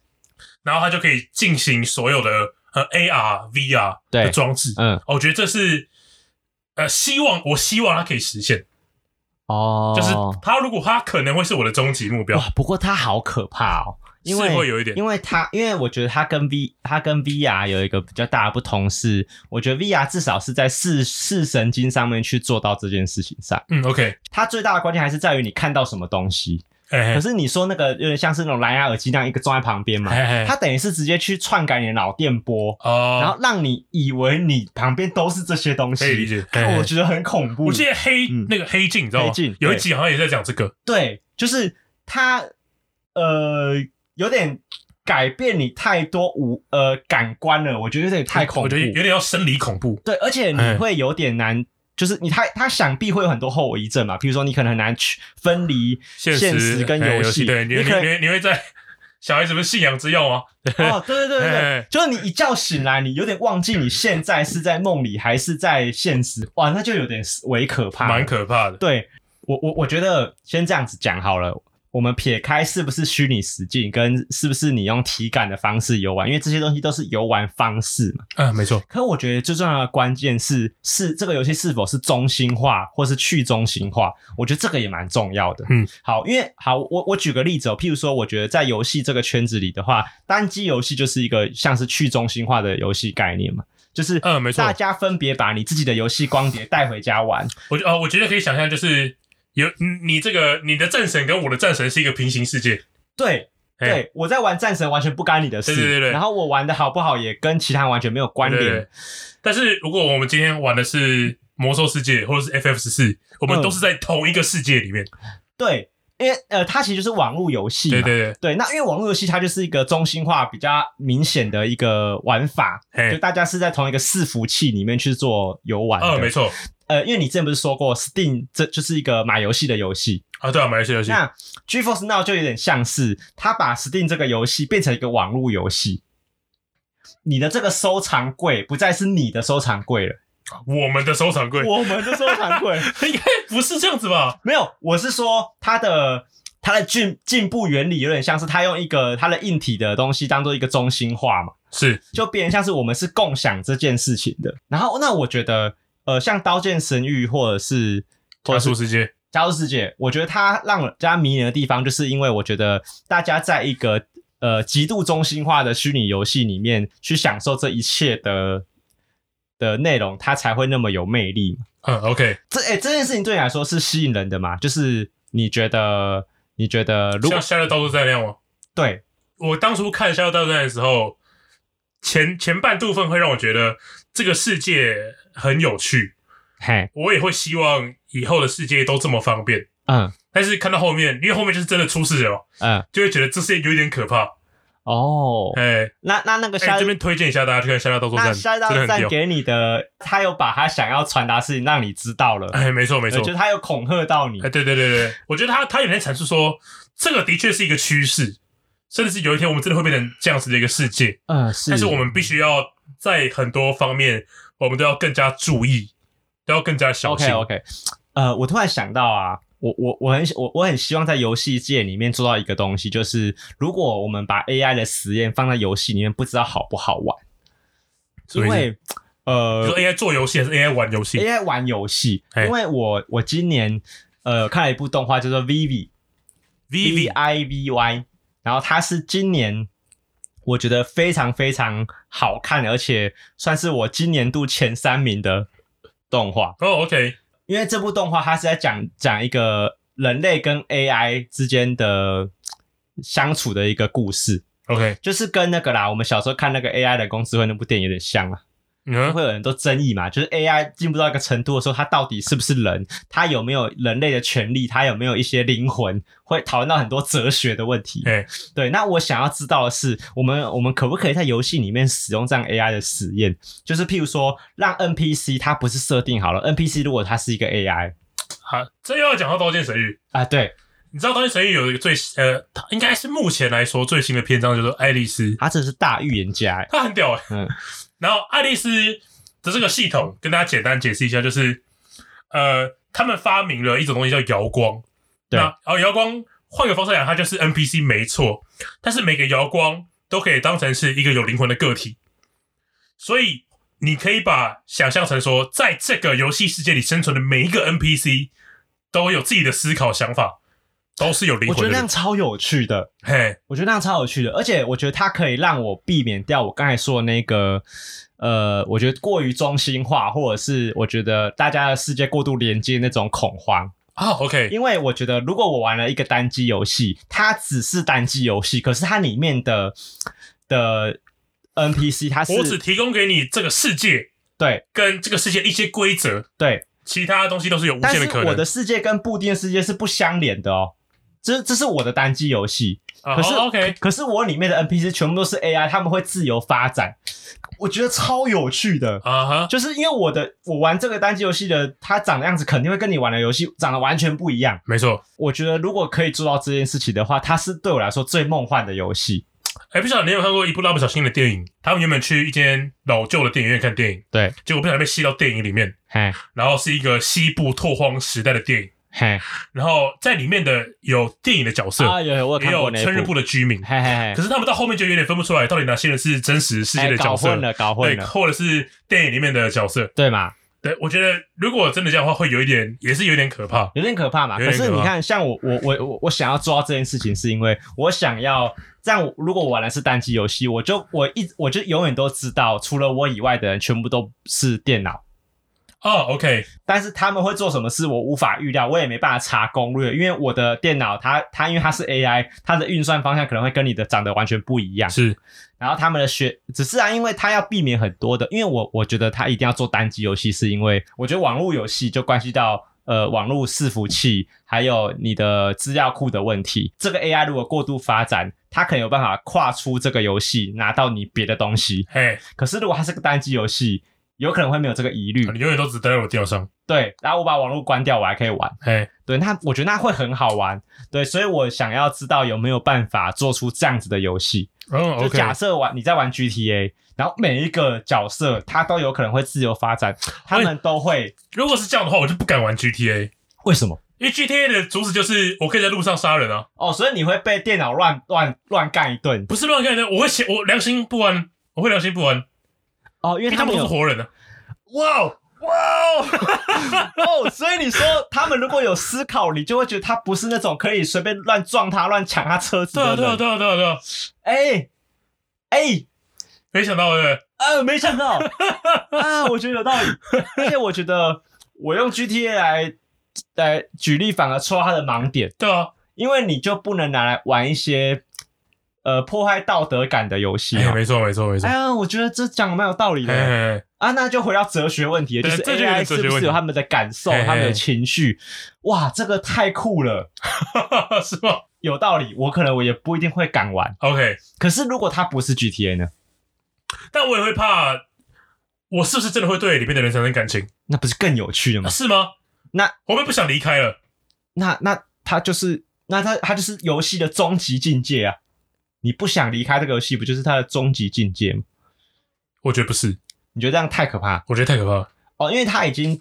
S2: 然后它就可以进行所有的呃 AR、VR
S1: 对
S2: 的装置。
S1: 嗯，
S2: 哦我觉得这是呃，希望我希望它可以实现，
S1: 哦，
S2: 就是它如果它可能会是我的终极目标，
S1: 哇，不过它好可怕哦，因为
S2: 是会有一点
S1: 因为它，因为我觉得它跟 V 它跟 VR 有一个比较大的不同是，我觉得 VR 至少是在视视神经上面去做到这件事情上，
S2: 嗯，OK，
S1: 它最大的关键还是在于你看到什么东西。
S2: 哎
S1: 可是你说那个有点像是那种蓝牙耳机那样一个装在旁边嘛，
S2: 哎
S1: 它等于是直接去篡改你的脑电波，
S2: 哦，
S1: 然后让你以为你旁边都是这些东
S2: 可以理
S1: 西。
S2: 解，嘿
S1: 看
S2: 嘿
S1: 我觉得很恐怖。
S2: 我记得黑、
S1: 嗯
S2: 那个黑镜，你知道吗？
S1: 黑镜
S2: 有一
S1: 对
S2: 集好像也在讲这个，
S1: 对，就是它呃有点改变你太多五呃感官了，我觉得有点太恐
S2: 我
S1: 怖
S2: 觉。得有点要生理恐怖。
S1: 对，而且你
S2: 哎
S1: 会有点难。就是你他他想必会有很多后遗症嘛，比如说你可能很难去分离
S2: 现
S1: 现
S2: 实
S1: 实跟
S2: 哎
S1: 游
S2: 游
S1: 戏，
S2: 对你
S1: 你
S2: 你
S1: 可能
S2: 你你会在小孩子不是信仰之药吗？
S1: 哦，对对对对对
S2: 哎，
S1: 就是你一觉醒来，你有点忘记你现在是在梦里还是在现实，哇，那就有点为可怕，
S2: 蛮可怕的。
S1: 对我我我觉得先这样子讲好了。我们撇开是不是虚拟实境，跟是不是你用体感的方式游玩，因为这些东西都是游玩方式嘛。
S2: 嗯，没错。
S1: 可我觉得最重要的关键是，是这个游戏是否是中心化，或是去中心化。我觉得这个也蛮重要的。
S2: 嗯，
S1: 好，因为好，我我举个例子哦，譬如说，我觉得在游戏这个圈子里的话，单机游戏就是一个像是去中心化的游戏概念嘛，就是
S2: 嗯，没错
S1: 大。家分别把你自己的游戏光碟带回家玩。
S2: 我觉哦，我觉得可以想象，就是有你你这个你的战神跟我的战神是一个平行世界。
S1: 对，
S2: 嘿
S1: 对，我在玩战神完全不干你的事，
S2: 对对对对
S1: 然后我玩的好不好也跟其他人完全没有关
S2: 对
S1: 联
S2: 对。但是如果我们今天玩的是魔兽世界或者是 FF 十四，我们
S1: 嗯
S2: 都是在同一个世界里面。
S1: 对，因为呃，它其实就是啊网络游戏嘛。
S2: 对对对，
S1: 对，那因为网络游戏它就是一个中心化比较明显的一个玩法，就
S2: 嘿，
S1: 大家是在同一个伺服器里面去做游玩的。
S2: 嗯，没错
S1: 呃，因为你之前不是说过 Steam 这就是一个买游戏的游戏，
S2: 啊，对啊，买游戏游戏，
S1: 那 GeForce Now 就有点像是它把 Steam 这个游戏变成一个网络游戏。你的这个收藏柜不再是你的收藏柜了，
S2: 我们的收藏柜
S1: 我们的收藏柜
S2: 应该不是这样子吧？
S1: 没有，我是说它的它的进进步原理有点像是它用一个它的硬体的东西当做一个中心化嘛。
S2: 是
S1: 就变成像是我们是共享这件事情的。然后，那我觉得，呃，像《刀剑神域》或者是《
S2: 加速世界，
S1: 加入世界》，我觉得它让人家迷人的地方，就是因为我觉得大家在一个呃极度中心化的虚拟游戏里面去享受这一切的的内容，它才会那么有魅力嘛。
S2: 嗯，OK，
S1: 这哎、这件事情对你来说是吸引人的吗？就是你觉得，你觉得如果
S2: 像《夏日到处在那样吗？
S1: 对
S2: 我当初看《夏洛大战》的时候，前前半部分会让我觉得这个世界很有趣，
S1: 嘿
S2: 我也会希望以后的世界都这么方便。
S1: 嗯
S2: 但是看到后面，因为后面就是真的出事了嘛，
S1: 嗯
S2: 就会觉得这世界有点可怕。
S1: 哦，
S2: 哎、
S1: 那那那个
S2: 哎、
S1: 夏
S2: 这
S1: 日
S2: 边推荐一下大家去看《夏洛大作
S1: 那
S2: 战
S1: 下一》，道
S2: 真的很
S1: 站
S2: 屌。
S1: 给你的，他有把他想要传达事情让你知道了，
S2: 哎，没错没
S1: 我
S2: 错
S1: 觉，得他有恐吓到你
S2: 哎，。对对对对，我觉得他他有点阐述说，这个的确是一个趋势，甚至是有一天我们真的会变成这样子的一个世界，
S1: 嗯，是
S2: 但是我们必须要在很多方面，我们都要更加注意，都要更加小心。
S1: OK OK，呃，我突然想到啊，我我我很我我很希望在游戏界里面做到一个东西，就是如果我们把 AI 的实验放在游戏里面，不知道好不好玩，
S2: 什
S1: 因
S2: 么意思
S1: 为
S2: 你
S1: 呃
S2: 说 AI 做游戏还是 AI 玩游戏？
S1: ，AI 玩游戏，
S2: 哎
S1: 因为我我今年呃看了一部动画叫做《Vivi》。V
S2: Vivi
S1: I V Y，然后它是今年我觉得非常非常好看，而且算是我今年度前三名的动画。
S2: 哦，OK，
S1: 因为这部动画它是在讲讲一个人类跟 AI 之间的相处的一个故事，
S2: OK，
S1: 就是跟那个啦，我们小时候看那个 AI 人工智慧那部电影有点像啊。
S2: 嗯
S1: 会有很多争议嘛，就是 AI 进步到一个程度的时候，它到底是不是人？它有没有人类的权利？它有没有一些灵魂？会讨论到很多哲学的问题。
S2: 哎
S1: 对，那我想要知道的是，我们我们可不可以在游戏里面使用这样 AI 的实验？就是譬如说，让 NPC 它不是设定好了，NPC 如果它是一个 AI
S2: 好，这又要讲到《刀剑神域》。
S1: 啊，对，
S2: 你知道《刀剑神域》有一个最呃，它应该是目前来说最新的篇章，叫做《爱丽丝》。
S1: 它真的是大预言家、欸。
S2: 他很屌哎、
S1: 嗯
S2: 然后爱丽丝的这个系统，跟大家简单解释一下，就是呃，他们发明了一种东西叫摇光。
S1: 对
S2: 那然后摇光换个方式来讲，它就是 NPC 没错，但是每个摇光都可以当成是一个有灵魂的个体，所以你可以把想象成说，在这个游戏世界里生存的每一个 NPC 都有自己的思考想法，都是有灵
S1: 我觉得
S2: 魂
S1: 那
S2: 的
S1: 样
S2: 人。
S1: 超有趣的，
S2: 嘿，
S1: 我觉得那样超有趣的，而且我觉得它可以让我避免掉我刚才说的那个，呃，我觉得过于中心化，或者是我觉得大家的世界过度连接那种恐慌。
S2: 啊，OK，
S1: 因为我觉得，如果我玩了一个单机游戏，它只是单机游戏，可是它里面的的 NPC 它
S2: 我只
S1: 是
S2: 提供给你这个世界
S1: 对
S2: 跟这个世界一些规则，
S1: 对，
S2: 其他东西都是有无
S1: 但
S2: 限
S1: 是
S2: 的可
S1: 我
S2: 能
S1: 的。世界跟布丁的世界是不相连的哦。这这是我的单机游戏，
S2: 啊
S1: 可是、
S2: 好 OK，
S1: 可是我里面的 NPC 全部都是 AI，他们会自由发展，我觉得超有趣的。
S2: 啊哈，
S1: 就是因为我的我玩这个单机游戏的，它长的样子肯定会跟你玩的游戏长得完全不一样。
S2: 没错。
S1: 我觉得如果可以做到这件事情的话，它是对我来说最梦幻的游戏。
S2: 哎、不晓得你有没有看过一部蜡笔小新的电影？他们原本去一间老旧的电影院看电影，
S1: 对，
S2: 结果不小心被吸到电影里面，
S1: 嘿，
S2: 然后是一个西部拓荒时代的电影，
S1: 嘿，
S2: 然后在里面的有电影的角色，
S1: 啊，有有我有
S2: 也
S1: 看
S2: 有
S1: 过那哎一
S2: 春日部的居民，
S1: 嘿嘿嘿
S2: 可，是他们到后面就有点分不出来，到底哪些人是真实世界的
S1: 哎
S2: 角
S1: 搞
S2: 色，
S1: 混了，搞混
S2: 对，
S1: 了，
S2: 或者是电影里面的角色。
S1: 对嘛，
S2: 对，我觉得如果真的这样的话，会有一点，也是有点可怕。
S1: 有点可怕嘛。
S2: 有
S1: 可
S2: 点
S1: 是
S2: 可
S1: 你
S2: 怕
S1: 看，像我我我我我想要做到这件事情，是因为我想要这样。如果我玩的是单机游戏，我就我一我就永远都知道，除了我以外的人全部都是电脑。
S2: 哦，OK，
S1: 但是他们会做什么事，我无法预料，我也没办法查攻略，因为我的电脑它它因为它是 AI，它的运算方向可能会跟你的长得完全不一样。
S2: 是
S1: 然后他们的学，只是啊，因为他要避免很多的，因为我我觉得他一定要做单机游戏，是因为我觉得网络游戏就关系到呃网络伺服器，还有你的资料库的问题。这个 AI 如果过度发展，它可能有办法跨出这个游戏，拿到你别的东西。
S2: 嘿，
S1: 可是如果它是个单机游戏，有可能会没有这个疑虑。
S2: 你永远都只待在我吊上，哎
S1: 对，然后我把网络关掉，我还可以玩。
S2: 嘿，
S1: 对，那我觉得那会很好玩。对，所以我想要知道有没有办法做出这样子的游戏。
S2: 嗯
S1: 就
S2: ，OK，
S1: 假设玩你在玩 GTA，然后每一个角色他都有可能会自由发展，他们都会
S2: 如果是这样的话，我就不敢玩 GTA，
S1: 为什么？
S2: 因为 GTA 的主旨就是我可以在路上杀人啊，
S1: 哦，所以你会被电脑乱乱乱干一顿
S2: 不是乱干的，我会写，我良心不安，我会良心不安，
S1: 哦，因
S2: 因
S1: 为
S2: 为他
S1: 他
S2: 们
S1: 们
S2: 都是
S1: 有
S2: 活人啊。哇哦 哇哦，
S1: 哦，所以你说他们如果有思考，你就会觉得他不是那种可以随便乱撞他、乱抢他车子
S2: 对
S1: 的
S2: 啊
S1: 人。
S2: 对啊对啊对啊对啊，
S1: 哎哎
S2: 没想到对不对，
S1: 啊，没想 到啊，我觉得有道理，而且我觉得我用 GTA 来来举例，反而戳他的盲点。
S2: 对啊，
S1: 因为你就不能拿来玩一些呃破坏道德感的游戏、
S2: 哎，
S1: 啊。
S2: 没错没错没错
S1: 哎，呀，我觉得这讲的蛮有道理
S2: 嘿
S1: 的
S2: 嘿嘿
S1: 啊！那就回到哲学问题，就
S2: 对
S1: 是
S2: 这就有点
S1: AI
S2: 哲
S1: 是
S2: 学问题
S1: 不
S2: 哎
S1: 是有他们的感受、
S2: 嘿嘿
S1: 他们的情绪？哇，这个太酷了，
S2: 是吗
S1: 有道理。我可能我也不一定会敢玩，
S2: ？OK，
S1: 可是如果它不是 GTA 呢？
S2: 但我也会怕，我是不是真的会对里面的人产生感情？啊
S1: 那不是更有趣了吗？
S2: 是吗？
S1: 那
S2: 我们不想离开了，
S1: 那那它就是那它它就是游戏的终极境界啊！你不想离开这个游戏，不就是它的终极境界吗？
S2: 我觉得不是，
S1: 你觉得这样太可怕了？
S2: 我觉得太可怕了。
S1: 哦，因为它已经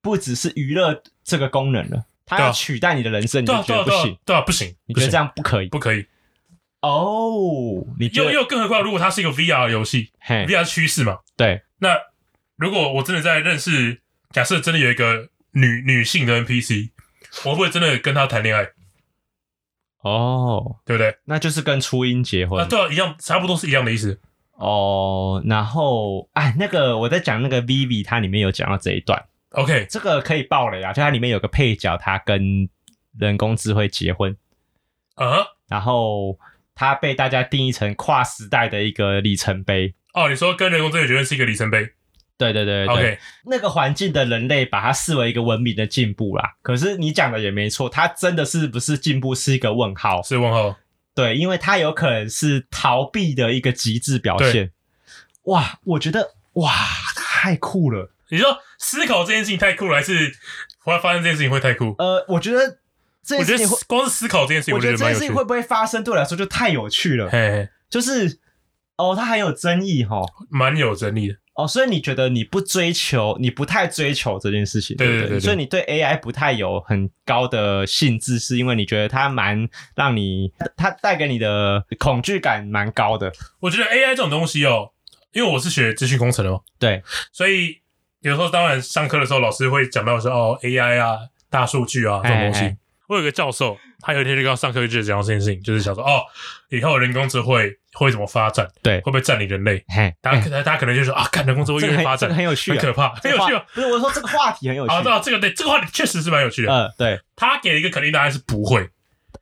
S1: 不只是娱乐这个功能了，它
S2: 对啊
S1: 要取代你的人生，你
S2: 对
S1: 就
S2: 啊
S1: 觉
S2: 对
S1: 得
S2: 啊
S1: 不
S2: 对啊
S1: 行，
S2: 对啊，不行，
S1: 你
S2: 不
S1: 觉得
S2: 行
S1: 这样不可以
S2: 不可以。
S1: 哦？你觉
S2: 又
S1: 得哎
S2: 又更何况，如果它是一个 VR 游戏
S1: 嘿，
S2: ，VR 趋势嘛，
S1: 对，
S2: 那如果我真的在认识，假设真的有一个女女性的 NPC，我会不会真的跟她谈恋爱？
S1: 哦，
S2: 对不对？
S1: 那就是跟初音结婚
S2: 啊，对啊，一样，差不多是一样的意思。
S1: 哦。然后，哎，那个我在讲那个 Vivi，它里面有讲到这一段，
S2: OK，
S1: 这个可以爆雷啊，就它里面有个配角，他跟人工智慧结婚，
S2: 啊哈，
S1: 然后他被大家定义成跨时代的一个里程碑。
S2: 哦，你说跟人工智能结婚是一个里程碑
S1: 对对对对
S2: ？OK，
S1: 那个环境的人类把它视为一个文明的进步啦。可是你讲的也没错，它真的是不是进步是一个问号？
S2: 是问号。
S1: 对，因为它有可能是逃避的一个极致表现。哇，我觉得哇太酷了。
S2: 你说思考这件事情太酷了，还是我要发现这件事情会太酷？
S1: 呃，我觉得呃这
S2: 我
S1: 件事
S2: 觉得
S1: 情会，
S2: 光是思考这件事情，
S1: 我
S2: 我
S1: 觉
S2: 觉
S1: 得这
S2: 蛮
S1: 件
S2: 有
S1: 事
S2: 趣
S1: 情
S2: 的。
S1: 会不会发生，对我来说就太有趣了。
S2: 嘿，嘿
S1: 就是哦，它很有争议哈。
S2: 蛮有整理的。
S1: 哦，所以你觉得你不追求，你不太追求这件事情，
S2: 对
S1: 不
S2: 对对对
S1: 所以你对 AI 不太有很高的兴致，是因为你觉得它蛮让你，它带给你的恐惧感蛮高的。
S2: 我觉得 AI 这种东西哦，因为我是学资讯工程的嘛，
S1: 对，
S2: 所以有时候当然上课的时候，老师会讲到说哦 AI 啊、大数据啊这种东西。
S1: 哎哎哎
S2: 我有个教授，他有一天就跟我上课就讲到这件事情，就是想说哦，以后人工智慧会怎么发展？
S1: 对
S2: 会不会占领人类？
S1: 嘿，
S2: 大家、大家可能就说啊，看人工智慧
S1: 这
S2: 越
S1: 个
S2: 来越
S1: 很
S2: 发
S1: 这
S2: 展
S1: 个，很有趣、
S2: 很
S1: 啊，
S2: 可怕，很
S1: 这
S2: 有
S1: 个话
S2: 趣哦。
S1: 不是我说这个话题很有趣
S2: 啊，对啊，这个对这个话题确实是蛮有趣的。
S1: 嗯，对，
S2: 他给了一个肯定答案是不会。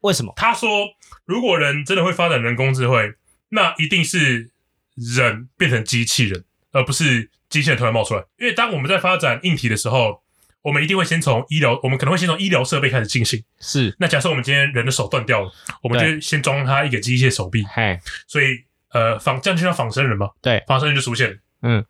S1: 为什么？
S2: 他说，如果人真的会发展人工智慧，那一定是人变成机器人，而不是机器人突然冒出来。因为当我们在发展硬体的时候，我们一定会先从医疗，我们可能会先从医疗设备开始进行。
S1: 是，
S2: 那假设我们今天人的手断掉了，我们
S1: 对
S2: 就先装它一个机械手臂，
S1: 嘿，
S2: 所以呃仿这样就叫仿生人嘛，
S1: 对
S2: 仿生人就出现了。
S1: 嗯，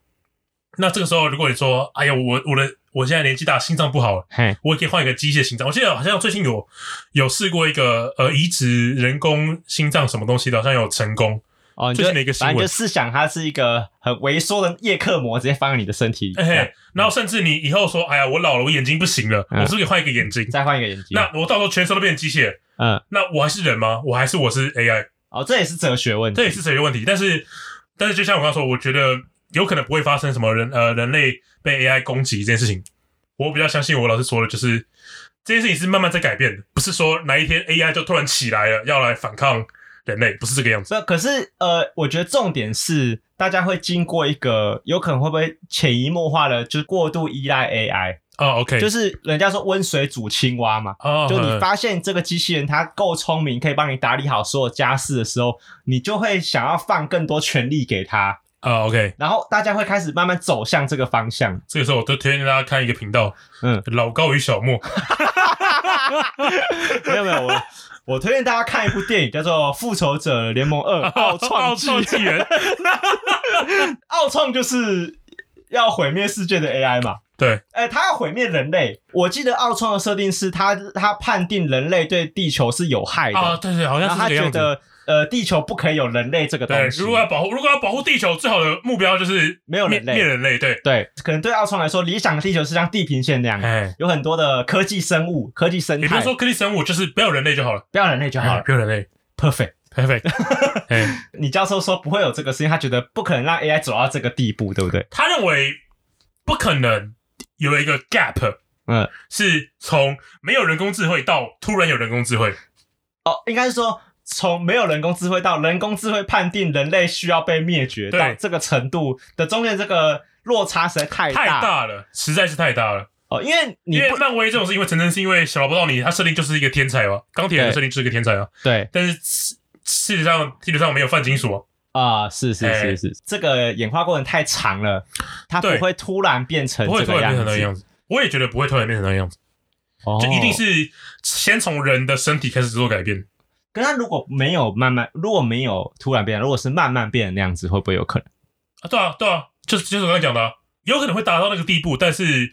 S2: 那这个时候如果你说，哎呀，我我的我现在年纪大，心脏不好了。
S1: 嘿，
S2: 我也可以换一个机械心脏。我记得好像最近有有试过一个呃移植人工心脏什么东西的，好像有成功。
S1: 哦，你
S2: 最
S1: 就
S2: 近的一个新
S1: 反正你
S2: 闻
S1: 就试想它是一个很微缩的叶克膜，直接放在你的身体里，
S2: 哎、嘿，然后甚至你以后说，哎呀，我老了，我眼睛不行了，
S1: 嗯
S2: 我是不是可以换一个眼睛？
S1: 再换一个眼睛。
S2: 那我到时候全身都变成机械，
S1: 嗯，
S2: 那我还是人吗？我还是我是 AI？
S1: 哦，这也是哲学问题，
S2: 这也是哲学问题。但是，但是就像我刚刚说，我觉得有可能不会发生什么人呃人类被 AI 攻击这件事情。我比较相信我老师说的，就是这件事情是慢慢在改变的，不是说哪一天 AI 就突然起来了要来反抗人类，不是这个样子。
S1: 这可是呃，我觉得重点是大家会经过一个有可能会不会潜移默化的，就是过度依赖 AI，、
S2: 哦，OK，
S1: 就是是人家说温水煮青蛙嘛。
S2: 哦，
S1: 就你
S2: 嗯
S1: 发现这个机器人它够聪明，可以帮你打理好所有家事的时候，你就会想要放更多权力给它。
S2: 啊，OK，
S1: 然后大家会开始慢慢走向这个方向。
S2: 这个时候我都推荐大家看一个频道，
S1: 嗯，
S2: 老高与小莫，
S1: 没有没有，我我推荐大家看一部电影，叫做《复仇者联盟二：奥创纪》。
S2: 奥纪元，
S1: 奥创就是要毁灭世界的 AI 嘛。
S2: 对，
S1: 哎，他要毁灭人类。我记得奥创的设定是他他判定人类对地球是有害的，
S2: 啊，对对，好像
S1: 然后
S2: 是
S1: 他
S2: 这个
S1: 觉
S2: 样子。
S1: 得呃地球不可以有人类这个
S2: 对
S1: 东，西。
S2: 如果要保护，如果要保护地球，最好的目标就是
S1: 没有
S2: 灭
S1: 人类
S2: 灭人类，对，
S1: 对，可能对奥创来说，理想的地球是像地平线那样，
S2: 哎，
S1: 有很多的科技生物、科技生
S2: 也就是
S1: 态，
S2: 说，科技生物就是不要人类就好了，
S1: 不要人类就好
S2: 哎
S1: 了。
S2: 不要人类
S1: Perfect。
S2: ，perfect。哎，
S1: 你教授说不会有这个事情，他觉得不可能让 AI 走到这个地步，对不对？
S2: 他认为不可能有一个 gap，
S1: 嗯，
S2: 是从没有人工智慧到突然有人工智慧，
S1: 哦，应该是说从没有人工智慧到人工智慧判定人类需要被灭绝
S2: 对
S1: 到这个程度的中间这个落差实在太
S2: 太大了，实在是太大了。
S1: 哦，因为你
S2: 因为
S1: 不
S2: 漫威这种是因为陈真是因为小萝卜到你，他设定就是一个天才嘛，钢铁人的
S1: 对
S2: 设定就是一个天才啊，
S1: 对
S2: 但是事事实上地球上没有泛金属啊，
S1: 啊、是是
S2: 哎
S1: 是是，这个演化过程太长了，它不
S2: 对
S1: 会突然变成
S2: 不会
S1: 这
S2: 突
S1: 个
S2: 然变
S1: 样
S2: 成那个
S1: 子，
S2: 样子。我也觉得不会突然变成那个样子，
S1: 哦
S2: 就一定。是先从人的身体开始做改变。
S1: 可是它如果没有慢慢，如果没有突然变，如果是慢慢变的那样子，会不会有可能？
S2: 啊，对啊，对啊，就是就是我刚才讲的、啊，有可能会达到那个地步，但是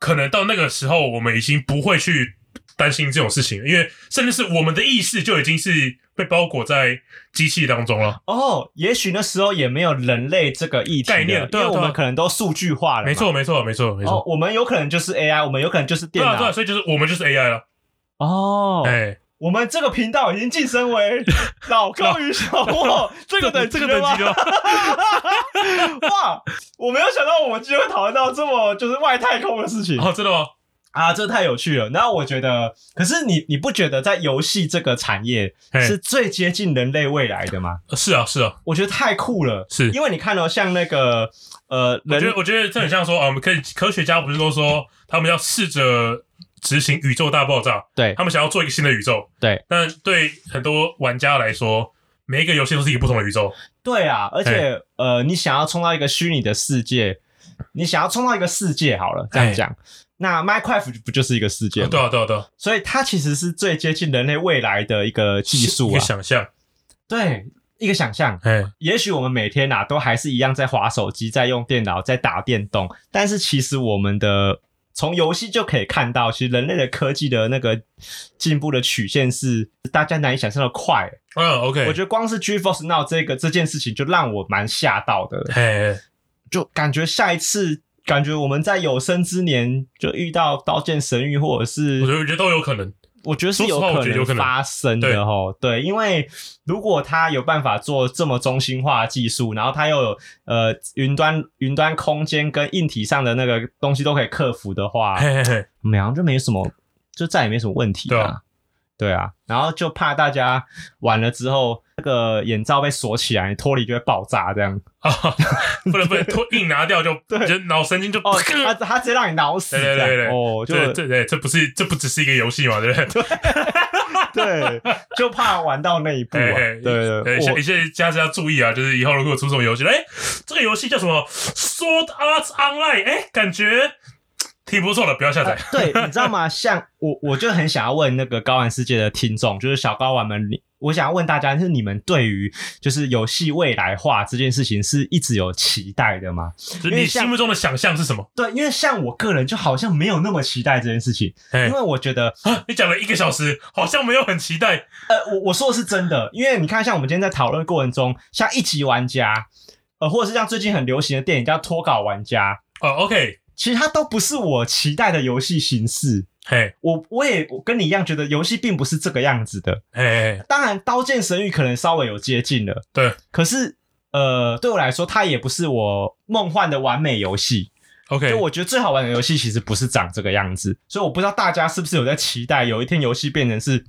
S2: 可能到那个时候，我们已经不会去担心这种事情了，因为甚至是我们的意识就已经是被包裹在机器当中了。
S1: 哦，也许那时候也没有人类这个议题了
S2: 概念对啊
S1: 因为我
S2: 对啊
S1: 们可能都数据化了嘛，
S2: 没错，没错，没错，没
S1: 哦
S2: 错。，
S1: 我们有可能就是 AI，我们有可能就是
S2: 对
S1: 电
S2: 啊，对啊，
S1: 脑。
S2: 所以就是我们就是 AI 了，
S1: 哦，
S2: 哎，
S1: 我们这个频道已经晋升 为老高与小莫 这个等
S2: 这个等
S1: 吗
S2: 级的
S1: 哇，我没有想到我们今天会讨论到这么就是外太空的事情
S2: 哦，真的吗？
S1: 啊，这太有趣了。然后我觉得，可是你你不觉得在游戏这个产业
S2: 嘿
S1: 是最接近人类未来的吗？
S2: 是啊，是啊，
S1: 我觉得太酷了，
S2: 是。
S1: 因为你看哦，像那个呃
S2: 我觉
S1: 人
S2: 得，我觉得这很像说啊，我们可以科学家不是都说他们要试着执行宇宙大爆炸，
S1: 对
S2: 他们想要做一个新的宇宙，
S1: 对。
S2: 但对很多玩家来说，每一个游戏都是一个不同的宇宙，
S1: 对啊，而且呃，你想要冲到一个虚拟的世界，你想要冲到一个世界好了，这样讲，那 Minecraft 不就是一个世界
S2: 啊
S1: 吗？
S2: 对啊，对啊，对啊，
S1: 所以它其实是最接近人类未来的一个技术
S2: 一个
S1: 啊，
S2: 想象，
S1: 对，一个想象。
S2: 哎，
S1: 也许我们每天啊都还是一样在划手机、在用电脑、在打电动，但是其实我们的从游戏就可以看到，其实人类的科技的那个进步的曲线是大家难以想象的快。
S2: 嗯
S1: 我
S2: ，OK，
S1: 觉得光是 GeForce Now 这个这件事情就让我蛮吓到的。
S2: 哎，
S1: 就感觉下一次，感觉我们在有生之年就遇到刀剑神域，或者是
S2: 我觉得我觉得都有可能，
S1: 我觉得是
S2: 说实话我觉得有可
S1: 能
S2: 能
S1: 发生的哦。对，因为如果他有办法做这么中心化的技术，然后他又有呃云端云端空间跟硬体上的那个东西都可以克服的话，
S2: 嘿嘿嘿，
S1: 我们好像就没什么，就再也没什么问题
S2: 哎对
S1: 啊
S2: 啊。
S1: 对啊，然后就怕大家玩了之后，那个眼罩被锁起来，脱离就会爆炸这样。
S2: 啊， 不能不能，脱硬拿掉就
S1: 对
S2: 就脑神经就，
S1: 哦，他他直接让你挠死，
S2: 对对
S1: 这样
S2: 对对
S1: 哦，就
S2: 对对对，这不是这不只是一个游戏嘛，对不对？
S1: 对，就怕玩到那一步啊。
S2: 哎
S1: 对对
S2: 哎，
S1: 对，
S2: 现
S1: 我
S2: 在现在家是要注意啊，就是以后如果出这种游戏，哎、这个游戏叫什么 Sword Art Online，哎、感觉挺不错的，不要下载。
S1: 对，你知道吗？像我，我就很想要问那个高玩世界的听众，就是小高玩们，你我想要问大家，就是你们对于就是游戏未来化这件事情是一直有期待的吗？
S2: 就
S1: 因为
S2: 你
S1: 像
S2: 心目中的想象是什么？
S1: 对，因为像我个人就好像没有那么期待这件事情，
S2: 哎
S1: 因、为我觉得
S2: 啊，你讲了一个小时，好像没有很期待。
S1: 呃，我我说的是真的，因为你看，像我们今天在讨论过程中，像一级玩家，呃，或者是像最近很流行的电影叫脱稿玩家，
S2: 哦，OK，
S1: 其实它都不是我期待的游戏形式。
S2: 嘿，
S1: 我我也我跟你一样觉得游戏并不是这个样子的。
S2: 嘿，
S1: 当然，《刀剑神域》可能稍微有接近了，
S2: 对
S1: 可是呃，对我来说，它也不是我梦幻的完美游戏。
S2: ，OK，
S1: 就我觉得最好玩的游戏其实不是长这个样子，所以我不知道大家是不是有在期待有一天游戏变成是。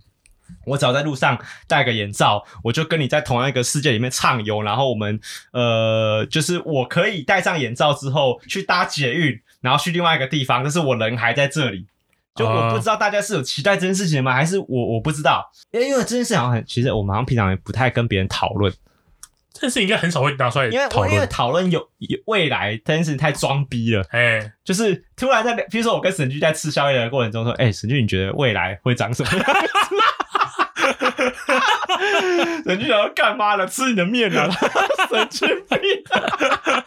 S1: 我只要在路上戴个眼罩，我就跟你在同样一个世界里面畅游。然后我们呃，就是我可以戴上眼罩之后去搭捷运，然后去另外一个地方，但是我人还在这里。就我
S2: 啊
S1: 不知道大家是有期待这件事情吗？还是我我不知道？因为因为这件事好像很，其实我们好像平常也不太跟别人讨论。
S2: 这件事应该很少会拿出来
S1: 因为
S2: 讨
S1: 我因为
S2: 论。
S1: 讨论有有未来这件事情太装逼了，
S2: 哎，
S1: 就是突然在，比如说我跟沈剧在吃宵夜的过程中说，哎、沈剧你觉得未来会长什么 样子？沈剧想要干嘛了？吃你的面啊！ 神经病，啊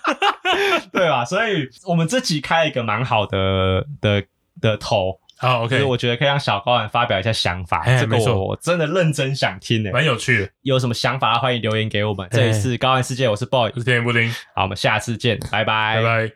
S1: 对吧？所以我们这集开了一个蛮好的的的头，
S2: 好
S1: 所以
S2: ，OK，
S1: 我觉得可以让小高人发表一下想法，
S2: 哎
S1: 这个
S2: 没错
S1: 我我真的认真想听的、
S2: 蛮有趣的。
S1: 有什么想
S2: 哎
S1: 法欢迎留言给我们。这里是高玩世界，我是 boy，
S2: 我是甜甜布丁，
S1: 好，我们下次见，拜
S2: 拜拜。